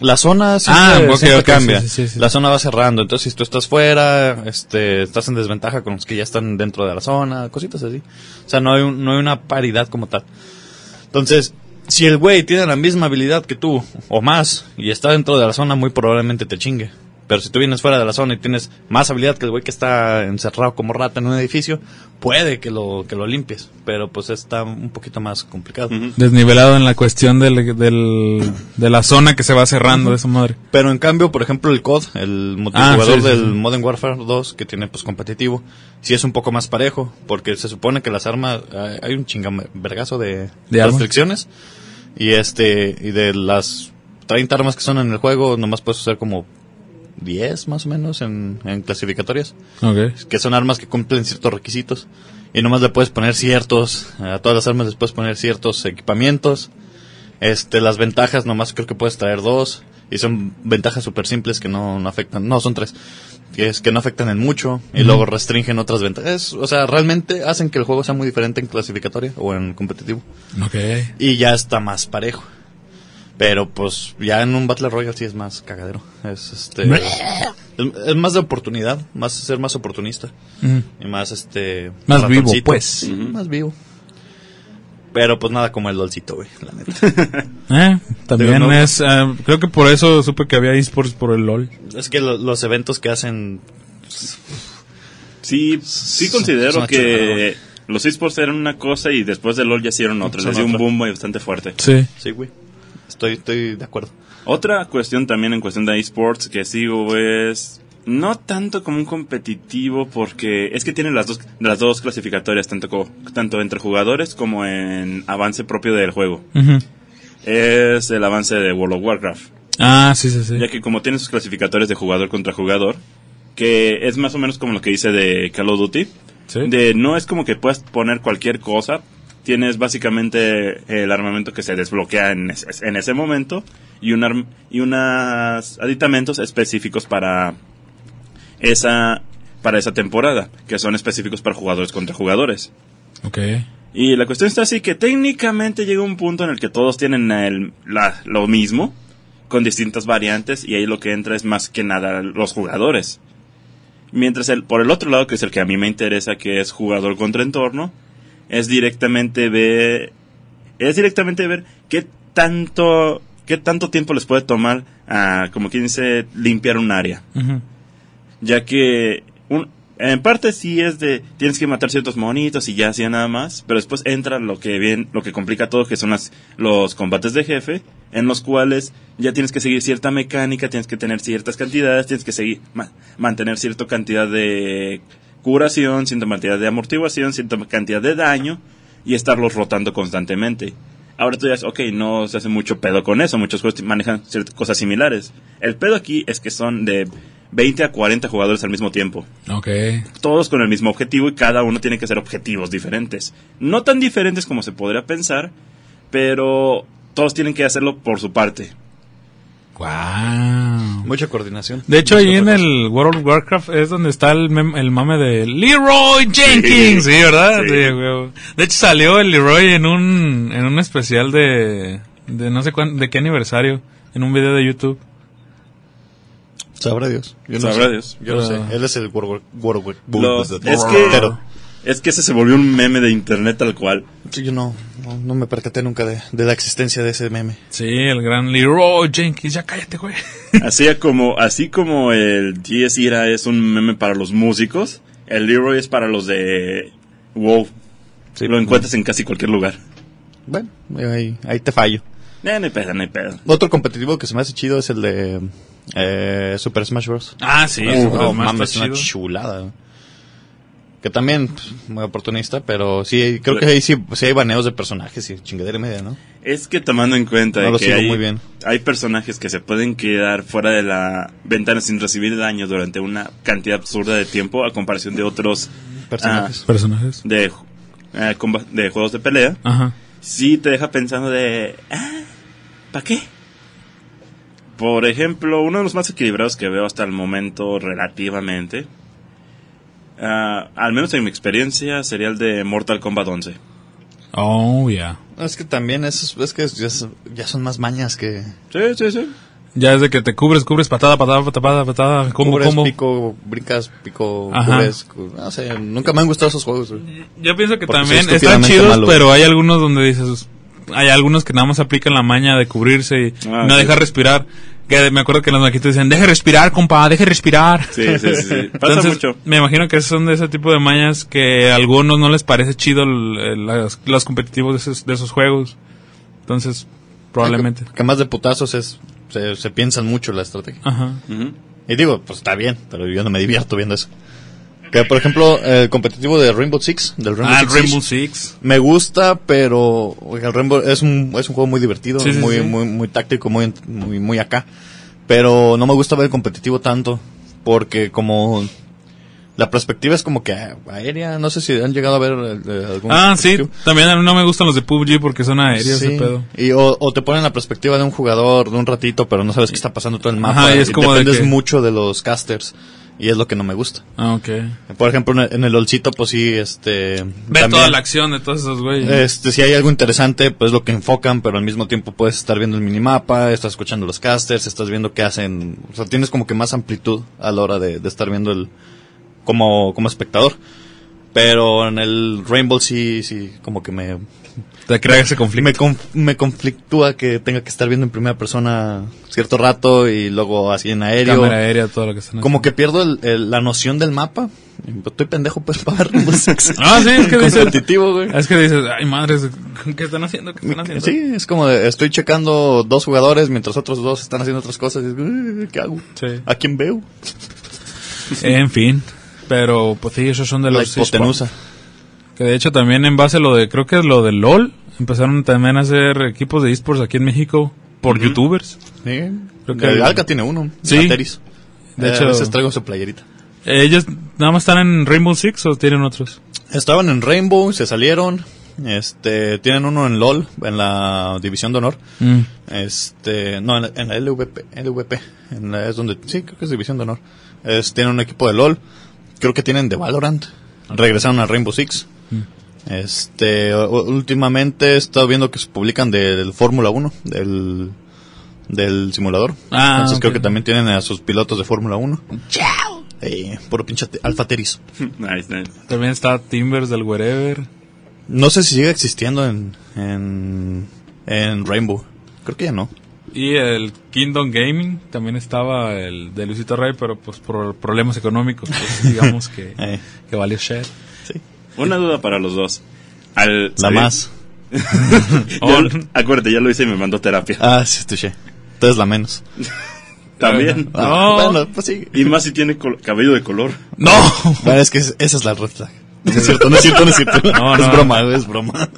[SPEAKER 3] La zona siempre,
[SPEAKER 2] Ah, ok,
[SPEAKER 3] siempre
[SPEAKER 2] ok,
[SPEAKER 3] cambia.
[SPEAKER 2] sí, sí, sí, sí.
[SPEAKER 3] La zona va cerrando. Entonces, si tú estás fuera, este, estás en desventaja con los que ya están dentro de la zona, cositas así. O sea, no hay, un- no hay una paridad como tal. Entonces, si el güey tiene la misma habilidad que tú, o más, y está dentro de la zona, muy probablemente te chingue. Pero si tú vienes fuera de la zona y tienes más habilidad que el güey que está encerrado como rata en un edificio, puede que lo, que lo limpies. Pero pues está un poquito más complicado.
[SPEAKER 1] Ujú.
[SPEAKER 2] Desnivelado en la cuestión del, del- de la zona que se va cerrando de esa madre.
[SPEAKER 3] Pero en cambio, por ejemplo, el COD, el multijugador
[SPEAKER 2] Ah, sí, sí,
[SPEAKER 3] del
[SPEAKER 2] sí.
[SPEAKER 3] Modern Warfare 2, que tiene pues competitivo, sí es un poco más parejo, porque se supone que las armas, hay- hay un chingambergazo de,
[SPEAKER 2] De armas.
[SPEAKER 3] restricciones, y este, y de las 30 armas que son en el juego, nomás puedes usar como 10 más o menos en, en clasificatorias,
[SPEAKER 2] Ok.
[SPEAKER 3] que son armas que cumplen ciertos requisitos, y nomás le puedes poner ciertos, eh, a todas las armas les puedes poner ciertos equipamientos, este, las ventajas, nomás creo que puedes traer dos. Y son ventajas súper simples que no, no afectan. No, son tres. Que, es, que no afectan en mucho. Y luego restringen otras ventajas. Es- O sea, realmente hacen que el juego sea muy diferente en clasificatoria o en competitivo.
[SPEAKER 2] Ok.
[SPEAKER 3] Y ya está más parejo. Pero pues ya en un Battle Royale sí es más cagadero. Es este. es, es más de oportunidad. Más ser más oportunista.
[SPEAKER 2] Mm.
[SPEAKER 3] Y más este.
[SPEAKER 2] Más vivo,
[SPEAKER 3] ratoncito.
[SPEAKER 2] pues.
[SPEAKER 3] Ujú, Más vivo. Pero pues nada como el dolcito, güey. La neta.
[SPEAKER 2] Eh, también
[SPEAKER 3] Digo, no-
[SPEAKER 2] es... ah, creo que por eso supe que había esports por el LOL.
[SPEAKER 3] Es que lo- los eventos que hacen.
[SPEAKER 1] Sí, sí
[SPEAKER 3] Son-
[SPEAKER 1] considero
[SPEAKER 3] son
[SPEAKER 1] que Los esports eran una cosa y después del LOL ya hicieron otra.
[SPEAKER 3] Son
[SPEAKER 1] Les dio un
[SPEAKER 3] otra.
[SPEAKER 1] boom muy bastante fuerte.
[SPEAKER 2] Sí.
[SPEAKER 3] Sí, güey. Estoy, estoy de acuerdo.
[SPEAKER 1] Otra cuestión también en cuestión de esports que sigo es no tanto como un competitivo porque es que tiene las dos las dos clasificatorias tanto co- tanto entre jugadores como en avance propio del juego.
[SPEAKER 2] Ujú.
[SPEAKER 1] Es el avance de World of Warcraft,
[SPEAKER 2] Ah, sí, sí, sí.
[SPEAKER 1] ya que como tiene sus clasificatorias de jugador contra jugador, que es más o menos como lo que hice de Call of Duty,
[SPEAKER 2] Sí.
[SPEAKER 1] de no es como que puedas poner cualquier cosa. Tienes básicamente eh, el armamento que se desbloquea en ese, en ese momento y, un arm- y unos aditamentos específicos para esa, para esa temporada, que son específicos para jugadores contra jugadores.
[SPEAKER 2] Ok.
[SPEAKER 1] Y la cuestión está así que técnicamente llega un punto en el que todos tienen el- la- lo mismo, con distintas variantes, y ahí lo que entra es más que nada los jugadores. Mientras el, por el otro lado, que es el que a mí me interesa, que es jugador contra entorno, es directamente ver, es directamente ver qué tanto, qué tanto tiempo les puede tomar a, como quien dice, limpiar un área
[SPEAKER 2] Ujú.
[SPEAKER 1] ya que un- en parte sí es de tienes que matar ciertos monitos y ya hacía nada más, pero después entra lo que bien, lo que complica todo, que son las, los combates de jefe, en los cuales ya tienes que seguir cierta mecánica, tienes que tener ciertas cantidades, tienes que seguir ma- mantener cierta cantidad de curación, cierta cantidad de amortiguación, cierta cantidad de daño y estarlos rotando constantemente. Ahora tú dirás, ok, no se hace mucho pedo con eso, muchos juegos manejan ciertas cosas similares. El pedo aquí es que son de 20 a 40 jugadores al mismo tiempo,
[SPEAKER 2] Ok.
[SPEAKER 1] todos con el mismo objetivo y cada uno tiene que hacer objetivos diferentes. No tan diferentes como se podría pensar, pero todos tienen que hacerlo por su parte.
[SPEAKER 2] Wow.
[SPEAKER 3] Mucha coordinación.
[SPEAKER 2] De hecho,
[SPEAKER 3] Mucha
[SPEAKER 2] ahí en
[SPEAKER 3] coordinación.
[SPEAKER 2] el World of Warcraft es donde está el, mem- el mame de Leroy Jenkins. Sí, ¿verdad?
[SPEAKER 1] Sí.
[SPEAKER 2] Sí, güey. De hecho, salió el Leroy en un, en un especial de, de no sé cuán, de qué aniversario, en un video de YouTube.
[SPEAKER 3] Sabrá Dios. Yo
[SPEAKER 1] Sabrá
[SPEAKER 3] sé.
[SPEAKER 1] Dios.
[SPEAKER 3] Yo no
[SPEAKER 2] Ah.
[SPEAKER 3] sé. Él es el Warwick. Warwick.
[SPEAKER 1] Lo- es
[SPEAKER 3] Pero
[SPEAKER 1] que es que ese se volvió un meme de internet tal cual.
[SPEAKER 3] yo no, no, no me percaté nunca de, de la existencia de ese meme.
[SPEAKER 2] Sí, el gran Leroy Jenkins. Ya cállate, güey.
[SPEAKER 1] Así como así como el GS Ira es un meme para los músicos, el Leroy es para los de WoW. Lo encuentras en casi cualquier lugar.
[SPEAKER 3] Bueno, ahí, ahí te fallo.
[SPEAKER 1] Eh, no hay pedo, no hay pedo.
[SPEAKER 3] Otro competitivo que se me hace chido es el de eh, Super Smash Bros.
[SPEAKER 2] Ah, sí,
[SPEAKER 3] Uh,
[SPEAKER 2] Super Smash
[SPEAKER 3] no
[SPEAKER 2] está
[SPEAKER 3] mames, es una
[SPEAKER 2] chido.
[SPEAKER 3] chulada. Que también, pff, muy oportunista, pero sí, creo que ahí sí, sí hay baneos de personajes y chingadera y media, ¿no?
[SPEAKER 1] Es que tomando en cuenta
[SPEAKER 3] No
[SPEAKER 1] de
[SPEAKER 3] lo
[SPEAKER 1] que
[SPEAKER 3] sigo
[SPEAKER 1] hay,
[SPEAKER 3] muy bien.
[SPEAKER 1] hay personajes que se pueden quedar fuera de la ventana sin recibir daño durante una cantidad absurda de tiempo a comparación de otros
[SPEAKER 3] Personajes.
[SPEAKER 2] Personajes.
[SPEAKER 1] de, ju- eh, comba- de juegos de pelea,
[SPEAKER 2] Ajá.
[SPEAKER 1] sí te deja pensando de, ¿para qué? Por ejemplo, uno de los más equilibrados que veo hasta el momento relativamente, ah, al menos en mi experiencia, sería el de Mortal Kombat 11.
[SPEAKER 2] Oh, yeah.
[SPEAKER 3] Es que también esos, es que ya, son- ya son más mañas que
[SPEAKER 1] Sí, sí, sí.
[SPEAKER 2] Ya desde que te cubres, cubres, patada, patada, patada, patada, combo,
[SPEAKER 3] cubres,
[SPEAKER 2] combo.
[SPEAKER 3] pico, brincas, pico,
[SPEAKER 2] Ajá.
[SPEAKER 3] cubres, cu- no sé, nunca me han gustado esos juegos. güey.
[SPEAKER 2] Yo pienso que
[SPEAKER 3] Porque
[SPEAKER 2] también están
[SPEAKER 3] soy estúpidamente
[SPEAKER 2] chidos,
[SPEAKER 3] malo.
[SPEAKER 2] pero hay algunos donde dices, hay algunos que nada más aplican la maña de cubrirse y
[SPEAKER 1] Ah,
[SPEAKER 2] no
[SPEAKER 1] sí.
[SPEAKER 2] dejar respirar. Que me acuerdo que en las maquitas dicen, deje respirar, compa, deje respirar.
[SPEAKER 1] Sí, sí, sí, sí. Pasa
[SPEAKER 2] Entonces,
[SPEAKER 1] mucho.
[SPEAKER 2] me imagino que son de ese tipo de mañas que a algunos no les parece chido el- el- las- los competitivos de esos, de esos juegos. Entonces, probablemente.
[SPEAKER 3] Que, que más de putazos es, se, se piensan mucho la estrategia.
[SPEAKER 1] Ah,
[SPEAKER 2] Ajá.
[SPEAKER 1] Ujú.
[SPEAKER 3] Y digo, pues está bien, pero yo no me divierto viendo eso. Que por ejemplo, el competitivo de Rainbow Six, del Rainbow
[SPEAKER 2] ah, el
[SPEAKER 3] Six,
[SPEAKER 2] Rainbow
[SPEAKER 3] Siege,
[SPEAKER 2] Six.
[SPEAKER 3] me gusta, pero oiga, el Rainbow es un, es un juego muy divertido,
[SPEAKER 2] Sí, sí,
[SPEAKER 3] muy,
[SPEAKER 2] sí.
[SPEAKER 3] muy muy táctico, muy, muy muy acá. Pero no me gusta ver el competitivo tanto porque como la perspectiva es como que a- aérea, no sé si han llegado a ver eh, algún
[SPEAKER 2] Ah, sí.
[SPEAKER 3] competitivo.
[SPEAKER 2] También a mí no me gustan los de PUBG porque son aéreos
[SPEAKER 3] Sí,
[SPEAKER 2] ese pedo.
[SPEAKER 3] Y o, o te ponen la perspectiva de un jugador de un ratito, pero no sabes qué está pasando todo el mapa.
[SPEAKER 2] Ajá, y es
[SPEAKER 3] y
[SPEAKER 2] como de
[SPEAKER 3] dependes
[SPEAKER 2] que-
[SPEAKER 3] mucho de los casters. Y es lo que no me gusta.
[SPEAKER 2] Ah, ok. Ver
[SPEAKER 3] Por ejemplo, en el- en el olcito, pues sí, este... también,
[SPEAKER 2] toda la acción de todos esos güeyes.
[SPEAKER 3] Este, si hay algo interesante, pues lo que enfocan, pero al mismo tiempo puedes estar viendo el minimapa, estás escuchando los casters, estás viendo qué hacen. O sea, tienes como que más amplitud a la hora de, de estar viendo el... Como, como espectador. Pero en el Rainbow sí, sí, como que me,
[SPEAKER 2] Te crea ese conflicto.
[SPEAKER 3] me, conf- me conflictúa que tenga que estar viendo en primera persona cierto rato y luego así en aéreo.
[SPEAKER 2] Cámara aérea, todo lo que están
[SPEAKER 3] Como que pierdo el- el- la noción del mapa Estoy pendejo, pues, para ver un sexo.
[SPEAKER 2] Ah, sí, es que dices.
[SPEAKER 3] Competitivo, güey.
[SPEAKER 2] Es que dices, ay madres, ¿qué están haciendo? ¿Qué están haciendo?
[SPEAKER 3] Sí, es como de, estoy checando dos jugadores mientras otros dos están haciendo otras cosas. y es, "Uh, ¿Qué hago?
[SPEAKER 2] Sí.
[SPEAKER 3] ¿A quién veo?
[SPEAKER 2] En fin. Pero, pues sí, esos son de
[SPEAKER 3] La
[SPEAKER 2] los.
[SPEAKER 3] hipotenusa.
[SPEAKER 2] Que de hecho también en base a lo de, creo que es lo de LOL, empezaron también a hacer equipos de esports aquí en México por youtubers.
[SPEAKER 3] Sí.
[SPEAKER 2] Creo que-
[SPEAKER 3] El Alca tiene uno.
[SPEAKER 2] Sí.
[SPEAKER 3] Ateris.
[SPEAKER 2] De
[SPEAKER 3] Eh,
[SPEAKER 2] hecho-
[SPEAKER 3] a veces traigo su playerita.
[SPEAKER 2] ¿Ellos nada más están en Rainbow Six o tienen otros?
[SPEAKER 3] Estaban en Rainbow, se salieron. Este, tienen uno en LOL, en la División de Honor.
[SPEAKER 2] Mm.
[SPEAKER 3] Este, no, en la, en la LVP, LVP, en la- es donde, sí, creo que es División de Honor. Es- tienen un equipo de LOL, creo que tienen de Valorant, regresaron a Rainbow Six.
[SPEAKER 2] Mm.
[SPEAKER 3] Este, u- últimamente he estado viendo que se publican del Fórmula 1, del, del simulador.
[SPEAKER 2] Ah,
[SPEAKER 3] Entonces creo
[SPEAKER 2] ok.
[SPEAKER 3] que también tienen a sus pilotos de Fórmula 1. ¡Chao! puro pinche te- alfateris.
[SPEAKER 1] Nice, nice.
[SPEAKER 2] También está Timbers del Wherever.
[SPEAKER 3] No sé si sigue existiendo en, en, en Rainbow. Creo que ya no.
[SPEAKER 2] Y el Kingdom Gaming también estaba el de Luisito Rey, pero pues por problemas económicos, pues, digamos que,
[SPEAKER 3] Eh,
[SPEAKER 2] que valió share.
[SPEAKER 3] sí.
[SPEAKER 1] Una duda para los dos. Al
[SPEAKER 3] La
[SPEAKER 1] salir-
[SPEAKER 3] más.
[SPEAKER 1] Ya-
[SPEAKER 2] Oh.
[SPEAKER 1] acuérdate, ya lo hice y me mandó terapia.
[SPEAKER 3] Ah, sí, touché. Entonces la menos.
[SPEAKER 1] También.
[SPEAKER 2] Ah. No.
[SPEAKER 3] Bueno, pues sí.
[SPEAKER 1] Y más si tiene col- cabello de color.
[SPEAKER 2] ¡No!
[SPEAKER 3] Bueno, es que es- esa es la red flag. No es cierto, no es cierto, no es cierto.
[SPEAKER 2] No,
[SPEAKER 3] es
[SPEAKER 2] no.
[SPEAKER 3] broma, güey, es broma.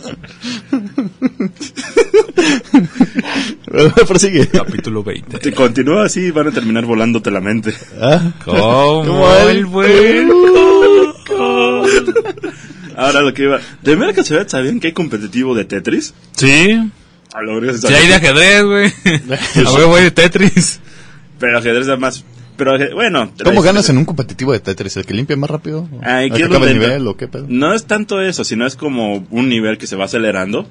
[SPEAKER 3] Pero prosigue.
[SPEAKER 2] Capítulo 20.
[SPEAKER 1] Te continúa así van a terminar volándote la mente.
[SPEAKER 3] Ah,
[SPEAKER 2] Como
[SPEAKER 3] Como
[SPEAKER 2] el
[SPEAKER 3] el
[SPEAKER 2] buen Coco.
[SPEAKER 1] Ahora lo que iba. ¿De mera casualidad sabían que hay competitivo de Tetris?
[SPEAKER 2] Sí,
[SPEAKER 1] A lo mejor se
[SPEAKER 2] sí
[SPEAKER 1] sabía.
[SPEAKER 2] hay de ajedrez, güey. A huevo hay de Tetris.
[SPEAKER 1] Pero ajedrez da más. Pero ajedrez- bueno.
[SPEAKER 3] ¿Cómo
[SPEAKER 1] la-
[SPEAKER 3] ganas en un competitivo de Tetris? ¿El que limpia más rápido?
[SPEAKER 1] Ah, ¿y
[SPEAKER 3] ¿El
[SPEAKER 1] qué
[SPEAKER 3] que
[SPEAKER 1] es lo
[SPEAKER 3] acaba el
[SPEAKER 1] de-
[SPEAKER 3] nivel o qué pedo?
[SPEAKER 1] No es tanto eso, sino es como un nivel que se va acelerando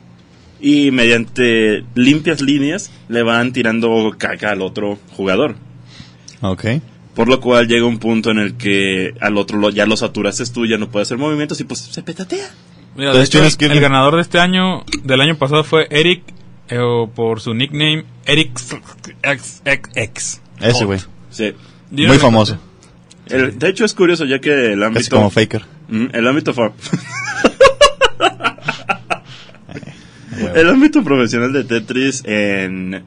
[SPEAKER 1] y mediante limpias líneas le van tirando caca al otro jugador.
[SPEAKER 3] Ok.
[SPEAKER 1] Por lo cual llega un punto en el que al otro lo- ya lo saturaste tú, ya no puede hacer movimientos y pues se petatea.
[SPEAKER 2] Mira, de
[SPEAKER 3] Entonces
[SPEAKER 2] hecho,
[SPEAKER 3] tienes que-
[SPEAKER 2] el ganador de este año, del año pasado, fue Eric, eh, o por su nickname, Eric X, X, X.
[SPEAKER 3] Ese güey.
[SPEAKER 1] Sí.
[SPEAKER 2] Dime
[SPEAKER 3] Muy
[SPEAKER 2] mi
[SPEAKER 3] famoso.
[SPEAKER 1] El- de hecho es curioso ya que el
[SPEAKER 3] Casi
[SPEAKER 1] ámbito...
[SPEAKER 3] como Faker.
[SPEAKER 1] Mm, el ámbito fa-
[SPEAKER 3] Huevo.
[SPEAKER 1] el ámbito profesional de Tetris en,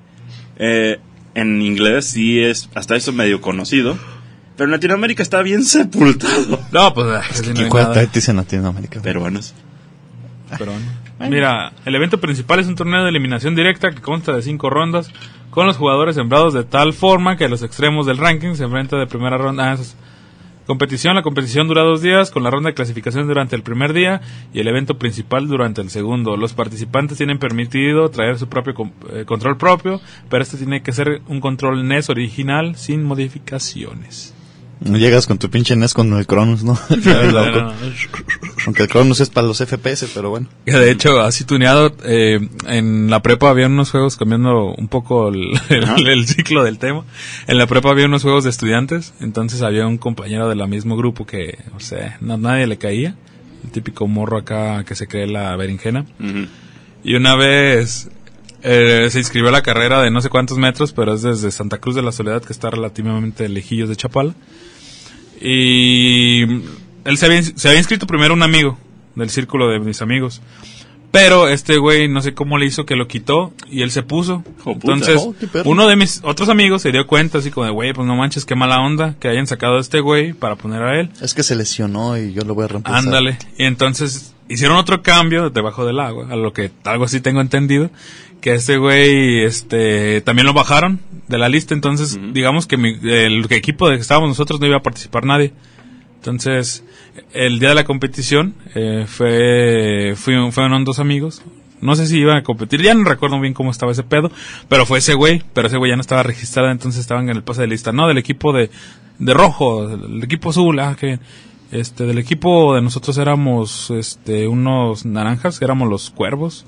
[SPEAKER 1] eh, en inglés sí es hasta eso medio conocido. Pero en Latinoamérica está bien sepultado.
[SPEAKER 2] No, pues, ah, sí, no
[SPEAKER 3] ¿Quién
[SPEAKER 2] hay
[SPEAKER 3] juega
[SPEAKER 2] nada,
[SPEAKER 3] Tetris en Latinoamérica? güey?
[SPEAKER 1] Peruanos.
[SPEAKER 2] pero bueno. Mira, el evento principal es un torneo de eliminación directa que consta de cinco rondas con los jugadores sembrados de tal forma que los extremos del ranking se enfrentan de primera ronda. Ah, eso es- Competición, la competición dura dos días, con la ronda de clasificación durante el primer día y el evento principal durante el segundo. Los participantes tienen permitido traer su propio com- eh, control propio, pero este tiene que ser un control NES original sin modificaciones.
[SPEAKER 3] No llegas con tu pinche NES con el Cronos, ¿no?
[SPEAKER 2] Bueno,
[SPEAKER 3] Aunque el Cronos es para los FPS, pero bueno.
[SPEAKER 2] que de hecho, así tuneado, eh, en la prepa había unos juegos, cambiando un poco el, el- el ciclo del tema, en la prepa había unos juegos de estudiantes, entonces había un compañero del mismo grupo que, o sea, no- nadie le caía, el típico morro acá que se cree la berenjena.
[SPEAKER 1] Ujú.
[SPEAKER 2] Y una vez eh, se inscribió a la carrera de no sé cuántos metros, pero es desde Santa Cruz de la Soledad, que está relativamente lejillos de Chapala. Y él se había, ins- se había inscrito primero un amigo del círculo de mis amigos. Pero este güey no sé cómo le hizo que lo quitó y él se puso.
[SPEAKER 1] Oh, puta.
[SPEAKER 2] Entonces,
[SPEAKER 3] Oh, qué perro.
[SPEAKER 2] uno de mis otros amigos se dio cuenta así como de, güey, pues no manches, qué mala onda que hayan sacado a este güey para poner a él.
[SPEAKER 3] Es que se lesionó y yo lo voy a reemplazar.
[SPEAKER 2] Ándale. Y entonces hicieron otro cambio debajo del agua, a lo que algo así tengo entendido, que este güey este también lo bajaron de la lista, entonces digamos que mi- el equipo de que estábamos nosotros no iba a participar nadie. Entonces, el día de la competición eh, fue, fui- fueron dos amigos. No sé si iban a competir, ya no recuerdo bien cómo estaba ese pedo, pero fue ese güey, pero ese güey ya no estaba registrado, entonces estaban en el pase de lista, no, del equipo de, de rojo, del equipo azul, ah, qué bien. Este, del equipo de nosotros éramos, este, unos naranjas, éramos los cuervos.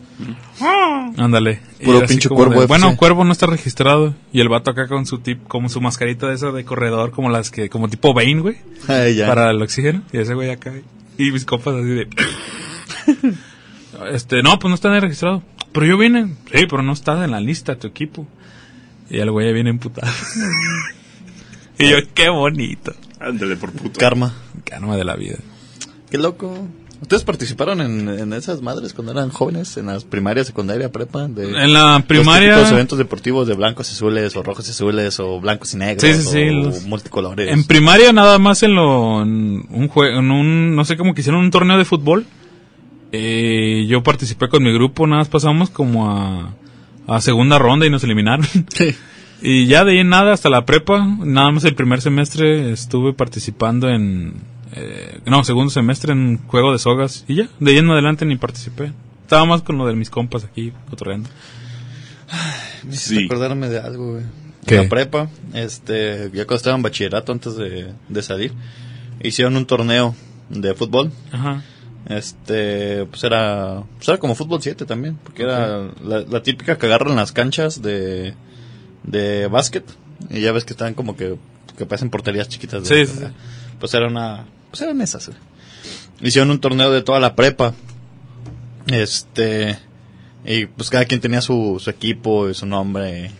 [SPEAKER 2] Ándale. Y
[SPEAKER 3] Puro
[SPEAKER 2] era así
[SPEAKER 3] pinche
[SPEAKER 2] como
[SPEAKER 3] cuervo
[SPEAKER 2] de, Bueno,
[SPEAKER 3] FC.
[SPEAKER 2] cuervo no está registrado. Y el vato acá con su tip, como su mascarita de esa de corredor, como las que, como tipo Bane, güey
[SPEAKER 3] Ay, ya.
[SPEAKER 2] para el oxígeno. Y ese güey acá. Y mis compas así de. este, no, pues no está registrado. Pero yo vine. Sí, pero no está en la lista tu equipo. Y el güey ya viene emputado. y yo, qué bonito.
[SPEAKER 1] Ándale por puto.
[SPEAKER 3] Karma.
[SPEAKER 2] Karma de la vida.
[SPEAKER 3] Qué loco. ¿Ustedes participaron en, en esas madres cuando eran jóvenes? ¿En las primarias, secundaria, prepa? De
[SPEAKER 2] En la primaria.
[SPEAKER 3] Los típicos eventos deportivos de blancos y azules, o rojos y azules, o blancos y negros,
[SPEAKER 2] Sí, sí, sí,
[SPEAKER 3] o
[SPEAKER 2] los-
[SPEAKER 3] multicolores.
[SPEAKER 2] En primaria nada más en lo en un juego, en un no sé cómo que hicieron un torneo de fútbol. Eh, yo participé con mi grupo, nada más pasamos como a, a segunda ronda y nos eliminaron. y ya de ahí en nada hasta la prepa, nada más el primer semestre estuve participando en eh, no, segundo semestre en juego de sogas y ya, de ahí en adelante ni participé. Estaba más con lo de mis compas aquí cotorreando.
[SPEAKER 3] Me hiciste
[SPEAKER 1] Sí.
[SPEAKER 3] acordarme de algo, güey.
[SPEAKER 2] ¿Qué?
[SPEAKER 3] En La prepa, este, ya cuando estaba en bachillerato antes de, de salir, hicieron un torneo de fútbol.
[SPEAKER 2] Ajá.
[SPEAKER 3] Este, pues era, pues era como fútbol 7 también, porque era la, la típica que agarran las canchas de, de básquet. Y ya ves que están como que, que parecen porterías chiquitas.
[SPEAKER 2] Sí,
[SPEAKER 3] de-
[SPEAKER 2] sí, sí.
[SPEAKER 3] Pues era una, pues eran esas. güey. Hicieron un torneo de toda la prepa. Este, y pues cada quien tenía su, su equipo y su nombre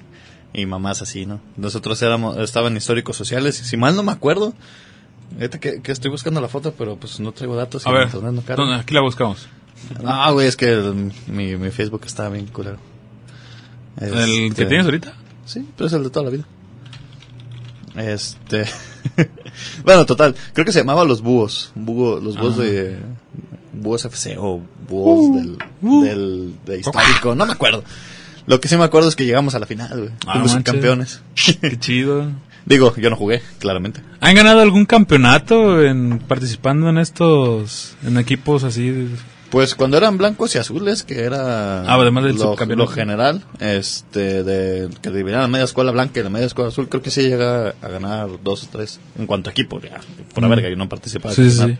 [SPEAKER 3] y mamás así, ¿no? Nosotros éramos, estaban históricos sociales, y si mal no me acuerdo, ahorita que, que estoy buscando la foto, pero pues no traigo datos. y
[SPEAKER 2] A
[SPEAKER 3] el
[SPEAKER 2] ver,
[SPEAKER 3] internet no carga.
[SPEAKER 2] ¿dónde- aquí la buscamos.
[SPEAKER 3] No, güey, es que el- mi, mi Facebook está bien culero.
[SPEAKER 2] ¿El que
[SPEAKER 3] Este,
[SPEAKER 2] tienes ahorita?
[SPEAKER 3] Sí, pero es el de toda la vida. Este. bueno, total. Creo que se llamaba Los Búhos. Búho- los Búhos
[SPEAKER 2] Ah. Uh,
[SPEAKER 3] de. Búhos FC o Búhos del, del- de histórico. No me acuerdo. Lo que sí me acuerdo es que llegamos a la final, güey.
[SPEAKER 2] Ah,
[SPEAKER 3] Fuimos
[SPEAKER 2] manches.
[SPEAKER 3] campeones.
[SPEAKER 2] Qué chido.
[SPEAKER 3] Digo, yo no jugué, claramente.
[SPEAKER 2] ¿Han ganado algún campeonato en participando en estos en equipos así? de-
[SPEAKER 3] Pues cuando eran blancos y azules, que era
[SPEAKER 2] Ah, además del
[SPEAKER 3] lo,
[SPEAKER 2] subcampeonato.
[SPEAKER 3] lo general, este, de que dividían la media escuela blanca y la media escuela azul, creo que sí llega a ganar dos o tres en cuanto a equipo, ya, por la
[SPEAKER 2] Mm.
[SPEAKER 3] verga, yo no participaba.
[SPEAKER 2] Sí,
[SPEAKER 3] en
[SPEAKER 2] sí,
[SPEAKER 3] nada.
[SPEAKER 2] sí.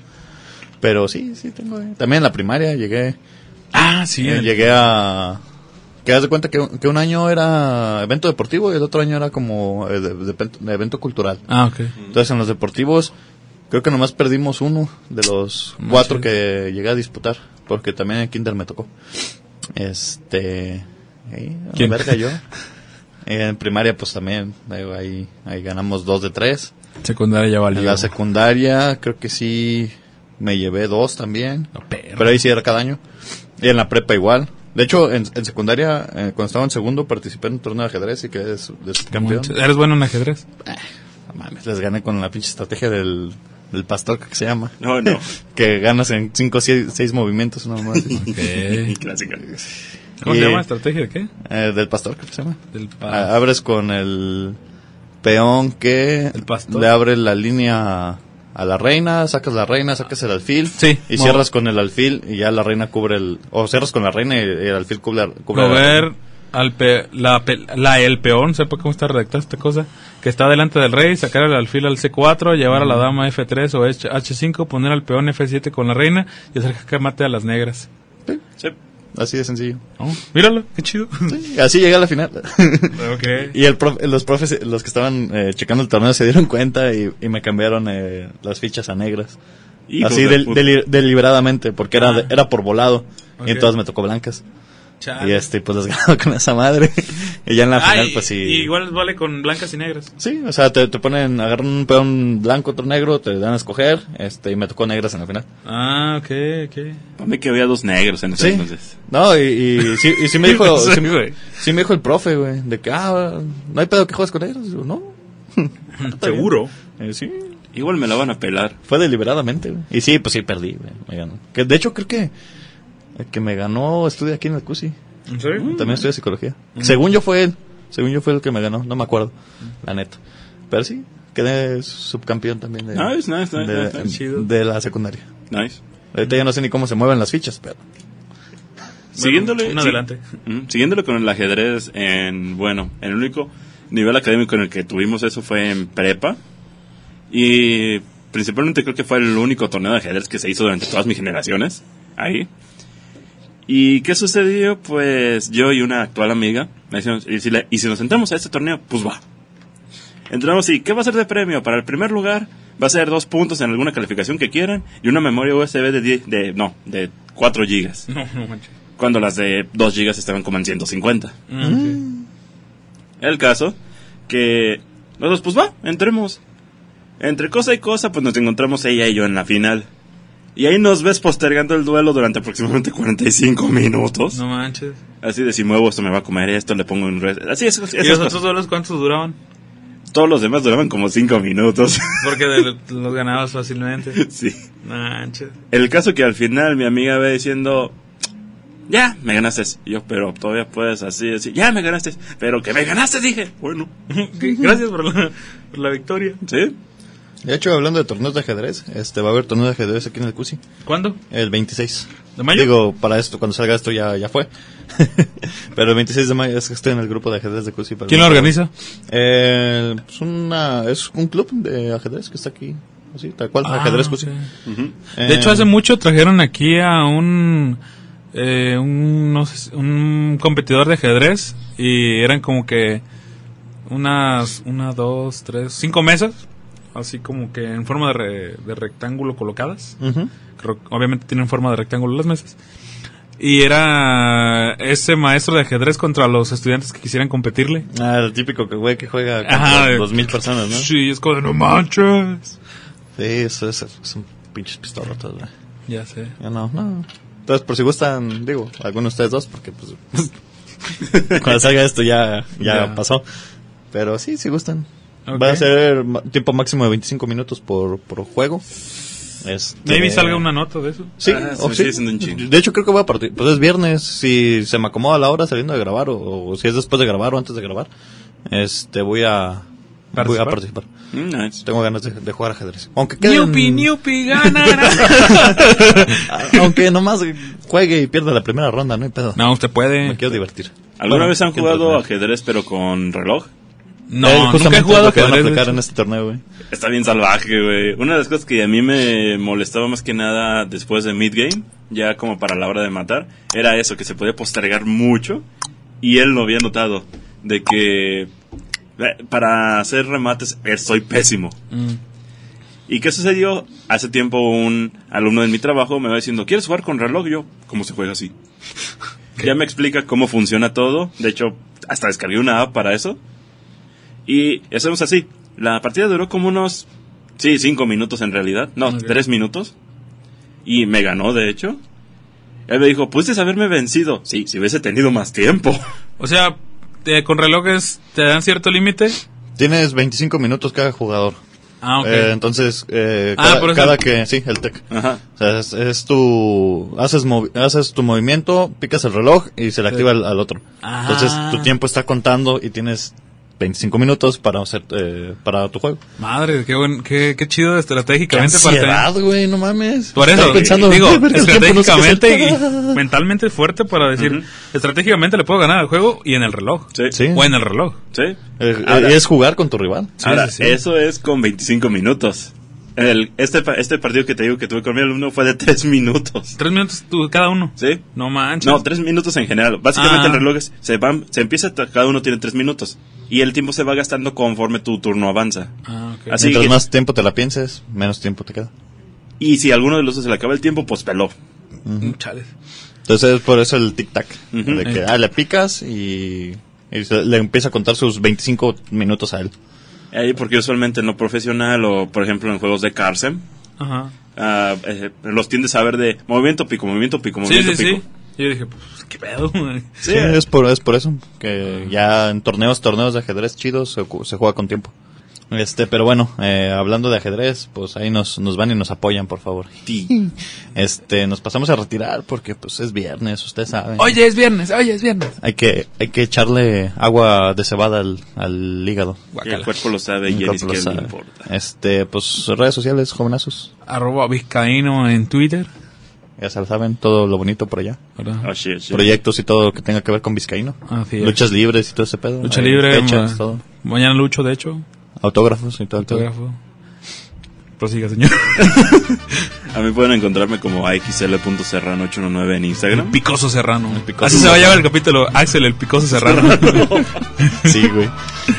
[SPEAKER 3] Pero sí, sí, tengo. eh. También en la primaria llegué,
[SPEAKER 2] Ah, sí.
[SPEAKER 3] eh,
[SPEAKER 2] el-
[SPEAKER 3] llegué a... Que haz de cuenta que, un- que un año era evento deportivo y el otro año era como eh, de- de- de evento cultural.
[SPEAKER 2] Ah, ok.
[SPEAKER 3] Entonces en los deportivos creo que nomás perdimos uno de los
[SPEAKER 2] Manches.
[SPEAKER 3] cuatro que llegué a disputar, porque también en Kinder me tocó. Este, eh, a la
[SPEAKER 2] ¿Quién?
[SPEAKER 3] verga yo. Eh, En primaria pues también, digo, ahí, ahí ganamos dos de tres.
[SPEAKER 2] Secundaria ya valió.
[SPEAKER 3] En la secundaria creo que sí me llevé dos también.
[SPEAKER 2] No, perro.
[SPEAKER 3] Pero ahí sí era cada año. Y en la prepa igual. De hecho, en, en secundaria, eh, cuando estaba en segundo, participé en un torneo de ajedrez y quedé es de subcampeón.
[SPEAKER 2] Manches, ¿Eres bueno en ajedrez?
[SPEAKER 3] No mames, les gané con la pinche estrategia del, del pastor que se llama.
[SPEAKER 1] No, no.
[SPEAKER 3] Que ganas en 5 o 6 movimientos nomás. Eh.
[SPEAKER 2] Ok.
[SPEAKER 1] Clásica.
[SPEAKER 2] ¿Cómo se
[SPEAKER 3] Y-
[SPEAKER 2] llama la estrategia de qué?
[SPEAKER 3] Eh, del pastor creo que se llama.
[SPEAKER 2] Del
[SPEAKER 3] Ah,
[SPEAKER 2] pa-
[SPEAKER 3] abres con el peón que
[SPEAKER 2] El pastor.
[SPEAKER 3] le abre la línea a la reina, sacas la reina, sacas el alfil
[SPEAKER 2] Sí.
[SPEAKER 3] y cierras con el alfil y ya la reina cubre el... O cierras con la reina y el alfil cubre, cubre la
[SPEAKER 2] Mover
[SPEAKER 3] reina.
[SPEAKER 2] al pe- la, pe- la- el peón, sepa cómo está redactada esta cosa, que está delante del rey, sacar el alfil al C4, llevar a la dama F3 o H- H5, poner al peón F7 con la reina y hacer que mate a las negras.
[SPEAKER 1] Sí.
[SPEAKER 3] Así de sencillo.
[SPEAKER 2] Oh, míralo, qué chido.
[SPEAKER 3] Sí, así llegué a la final.
[SPEAKER 2] Ok.
[SPEAKER 3] Y el prof- los profes, los que estaban eh, checando el torneo se dieron cuenta y, y me cambiaron eh, las fichas a negras.
[SPEAKER 1] Hijos
[SPEAKER 3] Así
[SPEAKER 1] de
[SPEAKER 3] del-
[SPEAKER 1] puta.
[SPEAKER 3] deli- deliberadamente, porque era, de- era por volado. Y
[SPEAKER 2] Ok.
[SPEAKER 3] entonces me tocó blancas.
[SPEAKER 2] Chale.
[SPEAKER 3] Y este, pues las ganaba con esa madre. y ya en la
[SPEAKER 2] Ah,
[SPEAKER 3] final,
[SPEAKER 2] y-
[SPEAKER 3] pues sí.
[SPEAKER 2] y Igual vale con blancas y negras.
[SPEAKER 3] Sí, o sea, te, te ponen, agarran un peón blanco, otro negro, te dan a escoger, este, y me tocó negras en la final.
[SPEAKER 2] Ah, ok, ok.
[SPEAKER 1] Ponme que había dos negros en ese
[SPEAKER 3] Sí.
[SPEAKER 1] entonces.
[SPEAKER 3] No, y, y sí, y sí me dijo,
[SPEAKER 2] Sí,
[SPEAKER 3] sí, me-
[SPEAKER 2] güey.
[SPEAKER 3] sí me dijo el profe, güey, de que, ah, no hay pedo que juegues con negros. Y yo, no.
[SPEAKER 2] Mm, Seguro.
[SPEAKER 3] Eh, sí,
[SPEAKER 1] Igual me la van a pelar.
[SPEAKER 3] Fue deliberadamente, güey. Y sí, pues sí, perdí, güey. Me ganó. Que, de hecho, creo que el que me ganó estudia aquí en el CUSI.
[SPEAKER 2] ¿En serio?
[SPEAKER 3] También estudia psicología.
[SPEAKER 2] Mm.
[SPEAKER 3] Según yo fue él. Según yo fue el que me ganó. No me acuerdo,
[SPEAKER 2] Mm.
[SPEAKER 3] la neta. Pero sí, quedé subcampeón también de,
[SPEAKER 2] Ah,
[SPEAKER 1] Nice, nice, nice,
[SPEAKER 3] de,
[SPEAKER 1] nice, nice.
[SPEAKER 2] Chido.
[SPEAKER 3] de la secundaria.
[SPEAKER 1] Nice.
[SPEAKER 3] Ahorita ya no sé ni cómo se mueven las fichas, pero...
[SPEAKER 1] siguiéndole.
[SPEAKER 2] uno
[SPEAKER 1] sí-
[SPEAKER 2] adelante.
[SPEAKER 1] Ujú, Siguiéndole con el ajedrez, en. Bueno, el único nivel académico en el que tuvimos eso fue en prepa. Y principalmente creo que fue el único torneo de ajedrez que se hizo durante todas mis generaciones. Ahí. ¿Y qué sucedió? Pues yo y una actual amiga me decimos, y si, le- y si nos entramos a este torneo, pues va. Entramos y ¿qué va a ser de premio? Para el primer lugar va a ser dos puntos en alguna calificación que quieran y una memoria USB de 10, de, no, de 4 gigas
[SPEAKER 2] No, no manches.
[SPEAKER 1] cuando las de 2 gigas estaban como en 150.
[SPEAKER 2] Mm,
[SPEAKER 1] El caso que nosotros, pues va, entremos. Entre cosa y cosa, pues nos encontramos ella y yo en la final. Y ahí nos ves postergando el duelo durante aproximadamente 45 minutos.
[SPEAKER 2] No manches.
[SPEAKER 1] Así de si muevo esto me va a comer esto, le pongo un... re- Así es.
[SPEAKER 2] ¿Y los otros duelos cuántos duraban?
[SPEAKER 1] Todos los demás duraban como 5 minutos.
[SPEAKER 2] Porque de- los ganabas fácilmente.
[SPEAKER 1] sí.
[SPEAKER 2] No manches.
[SPEAKER 1] El caso que al final mi amiga va diciendo, ya, me ganaste. Y yo, pero todavía puedes así, así, ya me ganaste. Pero que me ganaste, dije. Bueno,
[SPEAKER 2] Gracias por la, por la victoria.
[SPEAKER 1] sí.
[SPEAKER 3] De hecho, hablando de torneos de ajedrez, este va a haber torneo de ajedrez aquí en el CUSI.
[SPEAKER 2] ¿Cuándo?
[SPEAKER 3] El 26.
[SPEAKER 2] ¿De mayo?
[SPEAKER 3] Digo, para esto, cuando salga esto ya, ya fue. Pero el 26 de mayo es que estoy en el grupo de ajedrez de CUSI. para-
[SPEAKER 2] ¿Quién lo organiza?
[SPEAKER 3] Eh, es, una, es un club de ajedrez que está aquí. Así, tal cual, ajedrez pues,
[SPEAKER 2] Ah,
[SPEAKER 3] CUSI.
[SPEAKER 2] ok.
[SPEAKER 1] Ujú.
[SPEAKER 2] De hecho,
[SPEAKER 3] Eh,
[SPEAKER 2] hace mucho trajeron aquí a un, eh, un, no sé, un competidor de ajedrez y eran como que unas, una, dos, tres, cinco mesas, así como que en forma de, re- de rectángulo colocadas.
[SPEAKER 3] ujú.
[SPEAKER 2] Creo- Obviamente tienen forma de rectángulo las mesas. Y era ese maestro de ajedrez contra los estudiantes que quisieran competirle.
[SPEAKER 3] Ah, el típico que, güey que juega
[SPEAKER 2] Ajá,
[SPEAKER 3] con
[SPEAKER 2] eh.
[SPEAKER 3] dos mil personas, ¿no? Sí,
[SPEAKER 2] Sí, es como de no manches.
[SPEAKER 3] eso es, son pinches pistolotas, güey.
[SPEAKER 2] Ya sé.
[SPEAKER 3] Ya no, no. Entonces, por si gustan, digo, alguno de ustedes dos, porque pues. cuando salga esto ya, ya
[SPEAKER 2] Ya.
[SPEAKER 3] pasó. Pero sí, si gustan.
[SPEAKER 2] Ok.
[SPEAKER 3] Va a ser ma- tiempo máximo de 25 minutos por, por juego. Este-
[SPEAKER 2] Maybe salga una nota de eso.
[SPEAKER 3] Sí,
[SPEAKER 1] Ah, se
[SPEAKER 3] o
[SPEAKER 1] me
[SPEAKER 3] sí.
[SPEAKER 1] sigue siendo un chingo.
[SPEAKER 3] De hecho, creo que voy a partir. Pues es viernes. Si se me acomoda la hora saliendo de grabar, o, o si es después de grabar o antes de grabar, este voy a. Voy a
[SPEAKER 2] ¿Participar?
[SPEAKER 3] participar.
[SPEAKER 1] Mm, nice.
[SPEAKER 3] Tengo ganas de, de jugar ajedrez. Aunque queden-
[SPEAKER 2] Newpi, Newpi, ganará.
[SPEAKER 3] Aunque nomás juegue y pierda la primera ronda, no hay pedo.
[SPEAKER 2] No, usted
[SPEAKER 3] Me
[SPEAKER 2] puede.
[SPEAKER 3] quiero divertir.
[SPEAKER 1] ¿Alguna
[SPEAKER 3] Bueno,
[SPEAKER 1] vez han
[SPEAKER 3] qué
[SPEAKER 1] jugado
[SPEAKER 3] entretener.
[SPEAKER 1] ajedrez pero con reloj?
[SPEAKER 2] No,
[SPEAKER 3] Eh,
[SPEAKER 2] nunca he
[SPEAKER 3] justamente
[SPEAKER 2] jugado
[SPEAKER 3] lo que van a
[SPEAKER 2] ajedrez,
[SPEAKER 3] aplicar
[SPEAKER 2] de
[SPEAKER 3] en
[SPEAKER 2] hecho.
[SPEAKER 3] este torneo, güey.
[SPEAKER 1] Está bien salvaje, güey. Una de las cosas que a mí me molestaba más que nada después de mid-game, ya como para la hora de matar, era eso, que se podía postergar mucho y él lo había notado, de que eh, para hacer remates eh, soy pésimo.
[SPEAKER 2] Mm.
[SPEAKER 1] ¿Y qué sucedió? Hace tiempo un alumno de mi trabajo me va diciendo, ¿quieres jugar con reloj? Y yo, ¿cómo se juega así? Ya me explica cómo funciona todo. De hecho, hasta descargué una app para eso. Y hacemos así. La partida duró como unos, sí, cinco minutos en realidad. No,
[SPEAKER 2] Ok.
[SPEAKER 1] tres minutos. Y me ganó, de hecho. Él me dijo, pudiste haberme vencido. Sí, si hubiese tenido más tiempo.
[SPEAKER 2] O sea, te- con relojes te dan cierto límite.
[SPEAKER 3] Tienes 25 minutos cada jugador.
[SPEAKER 2] Ah, ok.
[SPEAKER 3] Eh, entonces, eh,
[SPEAKER 2] Ah,
[SPEAKER 3] cada,
[SPEAKER 2] por eso-
[SPEAKER 3] cada que... Sí, el tech.
[SPEAKER 1] Ajá.
[SPEAKER 3] O sea, es, es tu... Haces, movi- haces tu movimiento, picas el reloj y se le
[SPEAKER 2] Sí.
[SPEAKER 3] activa al, al otro.
[SPEAKER 2] Ah.
[SPEAKER 3] Entonces, tu tiempo está contando y tienes 25 minutos para hacer eh, para tu juego.
[SPEAKER 2] Madre, qué, buen, qué, qué chido estratégicamente para tener-
[SPEAKER 3] ansiedad, güey! ¡No mames!
[SPEAKER 2] Por
[SPEAKER 3] Estaba
[SPEAKER 2] eso,
[SPEAKER 3] pensando,
[SPEAKER 2] digo,
[SPEAKER 3] "Verga, el tiempo no sé qué
[SPEAKER 2] estratégicamente y
[SPEAKER 3] hacer".
[SPEAKER 2] mentalmente fuerte para decir,
[SPEAKER 1] Ujú.
[SPEAKER 2] estratégicamente le puedo ganar al juego y en el reloj.
[SPEAKER 1] Sí.
[SPEAKER 3] Sí.
[SPEAKER 2] O en el reloj.
[SPEAKER 1] Sí.
[SPEAKER 3] Eh, eh,
[SPEAKER 1] Ahora-
[SPEAKER 3] es jugar con tu rival.
[SPEAKER 2] Sí,
[SPEAKER 1] Ahora,
[SPEAKER 2] sí, sí.
[SPEAKER 1] eso es con 25 minutos. El, este, pa- este partido que te digo que tuve con mi alumno fue de 3 minutos.
[SPEAKER 2] Tres minutos tú- cada uno.
[SPEAKER 1] ¿Sí?
[SPEAKER 2] No manches.
[SPEAKER 1] No, 3 minutos en general. Básicamente
[SPEAKER 2] Ah.
[SPEAKER 1] el reloj es- se, van, se empieza, a- cada uno tiene 3 minutos. Y el tiempo se va gastando conforme tu turno avanza.
[SPEAKER 2] Ah, ok.
[SPEAKER 1] Así
[SPEAKER 3] Mientras
[SPEAKER 1] que-
[SPEAKER 3] más tiempo te la pienses, menos tiempo te queda.
[SPEAKER 1] Y si a alguno de los dos se le acaba el tiempo, pues peló.
[SPEAKER 2] Mm, chales.
[SPEAKER 3] Entonces, por eso el tic-tac.
[SPEAKER 1] Ujú.
[SPEAKER 3] De que ah, le picas y, y se- le empieza a contar sus 25 minutos a él.
[SPEAKER 1] Ahí porque usualmente en lo profesional o, por ejemplo, en juegos de cárcel,
[SPEAKER 2] Ajá.
[SPEAKER 1] ah, eh, los tiendes a ver de movimiento pico, movimiento pico,
[SPEAKER 2] Sí,
[SPEAKER 1] movimiento
[SPEAKER 2] sí, sí.
[SPEAKER 1] pico.
[SPEAKER 2] Yo dije, pues, qué pedo, güey?
[SPEAKER 1] Sí,
[SPEAKER 3] Sí, es, por, es por eso. Que ya en torneos, torneos de ajedrez chidos se, ju- se juega con tiempo. Este, pero bueno, eh, hablando de ajedrez, pues ahí nos, nos van y nos apoyan, por favor.
[SPEAKER 2] Mm,
[SPEAKER 1] ti.
[SPEAKER 3] Este, nos pasamos a retirar porque pues es viernes, ustedes saben.
[SPEAKER 2] Oye, es viernes, oye, es viernes.
[SPEAKER 3] Hay que, hay que echarle agua de cebada al, al hígado.
[SPEAKER 1] El
[SPEAKER 2] Guacala.
[SPEAKER 1] cuerpo lo sabe y
[SPEAKER 3] Nunca
[SPEAKER 1] el
[SPEAKER 3] lo
[SPEAKER 1] izquierdo
[SPEAKER 3] sabe.
[SPEAKER 1] no importa.
[SPEAKER 3] Este, pues redes sociales, jovenazos.
[SPEAKER 2] Arroba Vizcaíno en Twitter.
[SPEAKER 3] Ya se lo saben, todo lo bonito por allá.
[SPEAKER 1] Oh, shit, shit.
[SPEAKER 3] proyectos y todo lo que tenga que ver con Vizcaíno.
[SPEAKER 2] Así es.
[SPEAKER 3] Luchas libres y todo ese pedo.
[SPEAKER 2] Lucha
[SPEAKER 3] Hay
[SPEAKER 2] libre.
[SPEAKER 3] Fechas,
[SPEAKER 2] ma-
[SPEAKER 3] todo.
[SPEAKER 2] Mañana lucho, de hecho.
[SPEAKER 3] Autógrafos y todo el pedo.
[SPEAKER 2] Fotógrafo. Prosiga, señor.
[SPEAKER 1] A mí pueden encontrarme como AXL.serrano819 en Instagram.
[SPEAKER 2] Picoso Serrano.
[SPEAKER 3] Picoso
[SPEAKER 2] Así se va a
[SPEAKER 3] Serrano.
[SPEAKER 2] llamar el capítulo. Axel, el Picoso Serrano.
[SPEAKER 3] Sí, güey.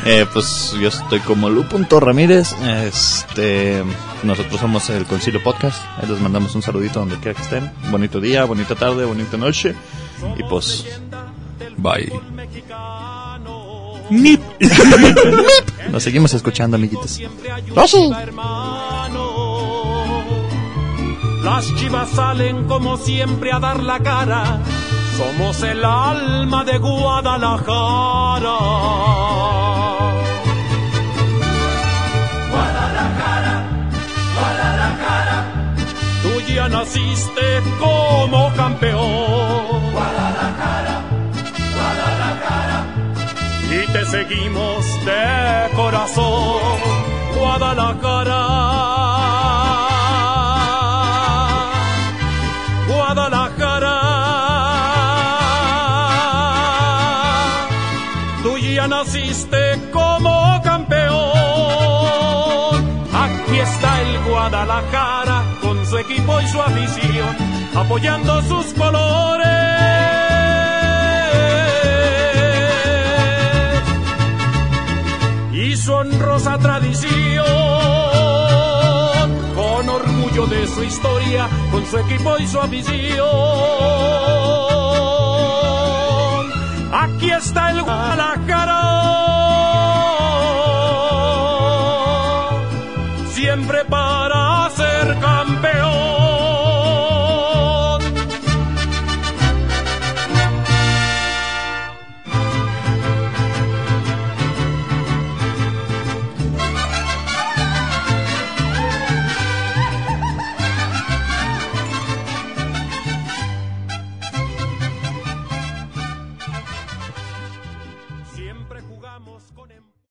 [SPEAKER 3] Eh, pues yo estoy como Lu.Ramírez. Este, nosotros somos el Concilio Podcast. Ahí les mandamos un saludito donde quiera que estén. Bonito día, bonita tarde, bonita noche. Y pues,
[SPEAKER 2] Bye.
[SPEAKER 5] mexicano.
[SPEAKER 2] Nip.
[SPEAKER 3] Nos seguimos escuchando, amiguitos.
[SPEAKER 5] Siempre hay un
[SPEAKER 4] ¡No, sí!
[SPEAKER 5] hermano. Las chivas salen como siempre a dar la cara. Somos el alma de Guadalajara. Tú ya naciste como campeón. Guadalajara, Guadalajara. Y te seguimos de corazón, Guadalajara. Guadalajara. Tú ya naciste como campeón. Aquí está el Guadalajara con su equipo y su afición, apoyando sus colores y su honrosa tradición, con orgullo de su historia, con su equipo y su afición. Aquí está el Guadalajara, siempre para. em-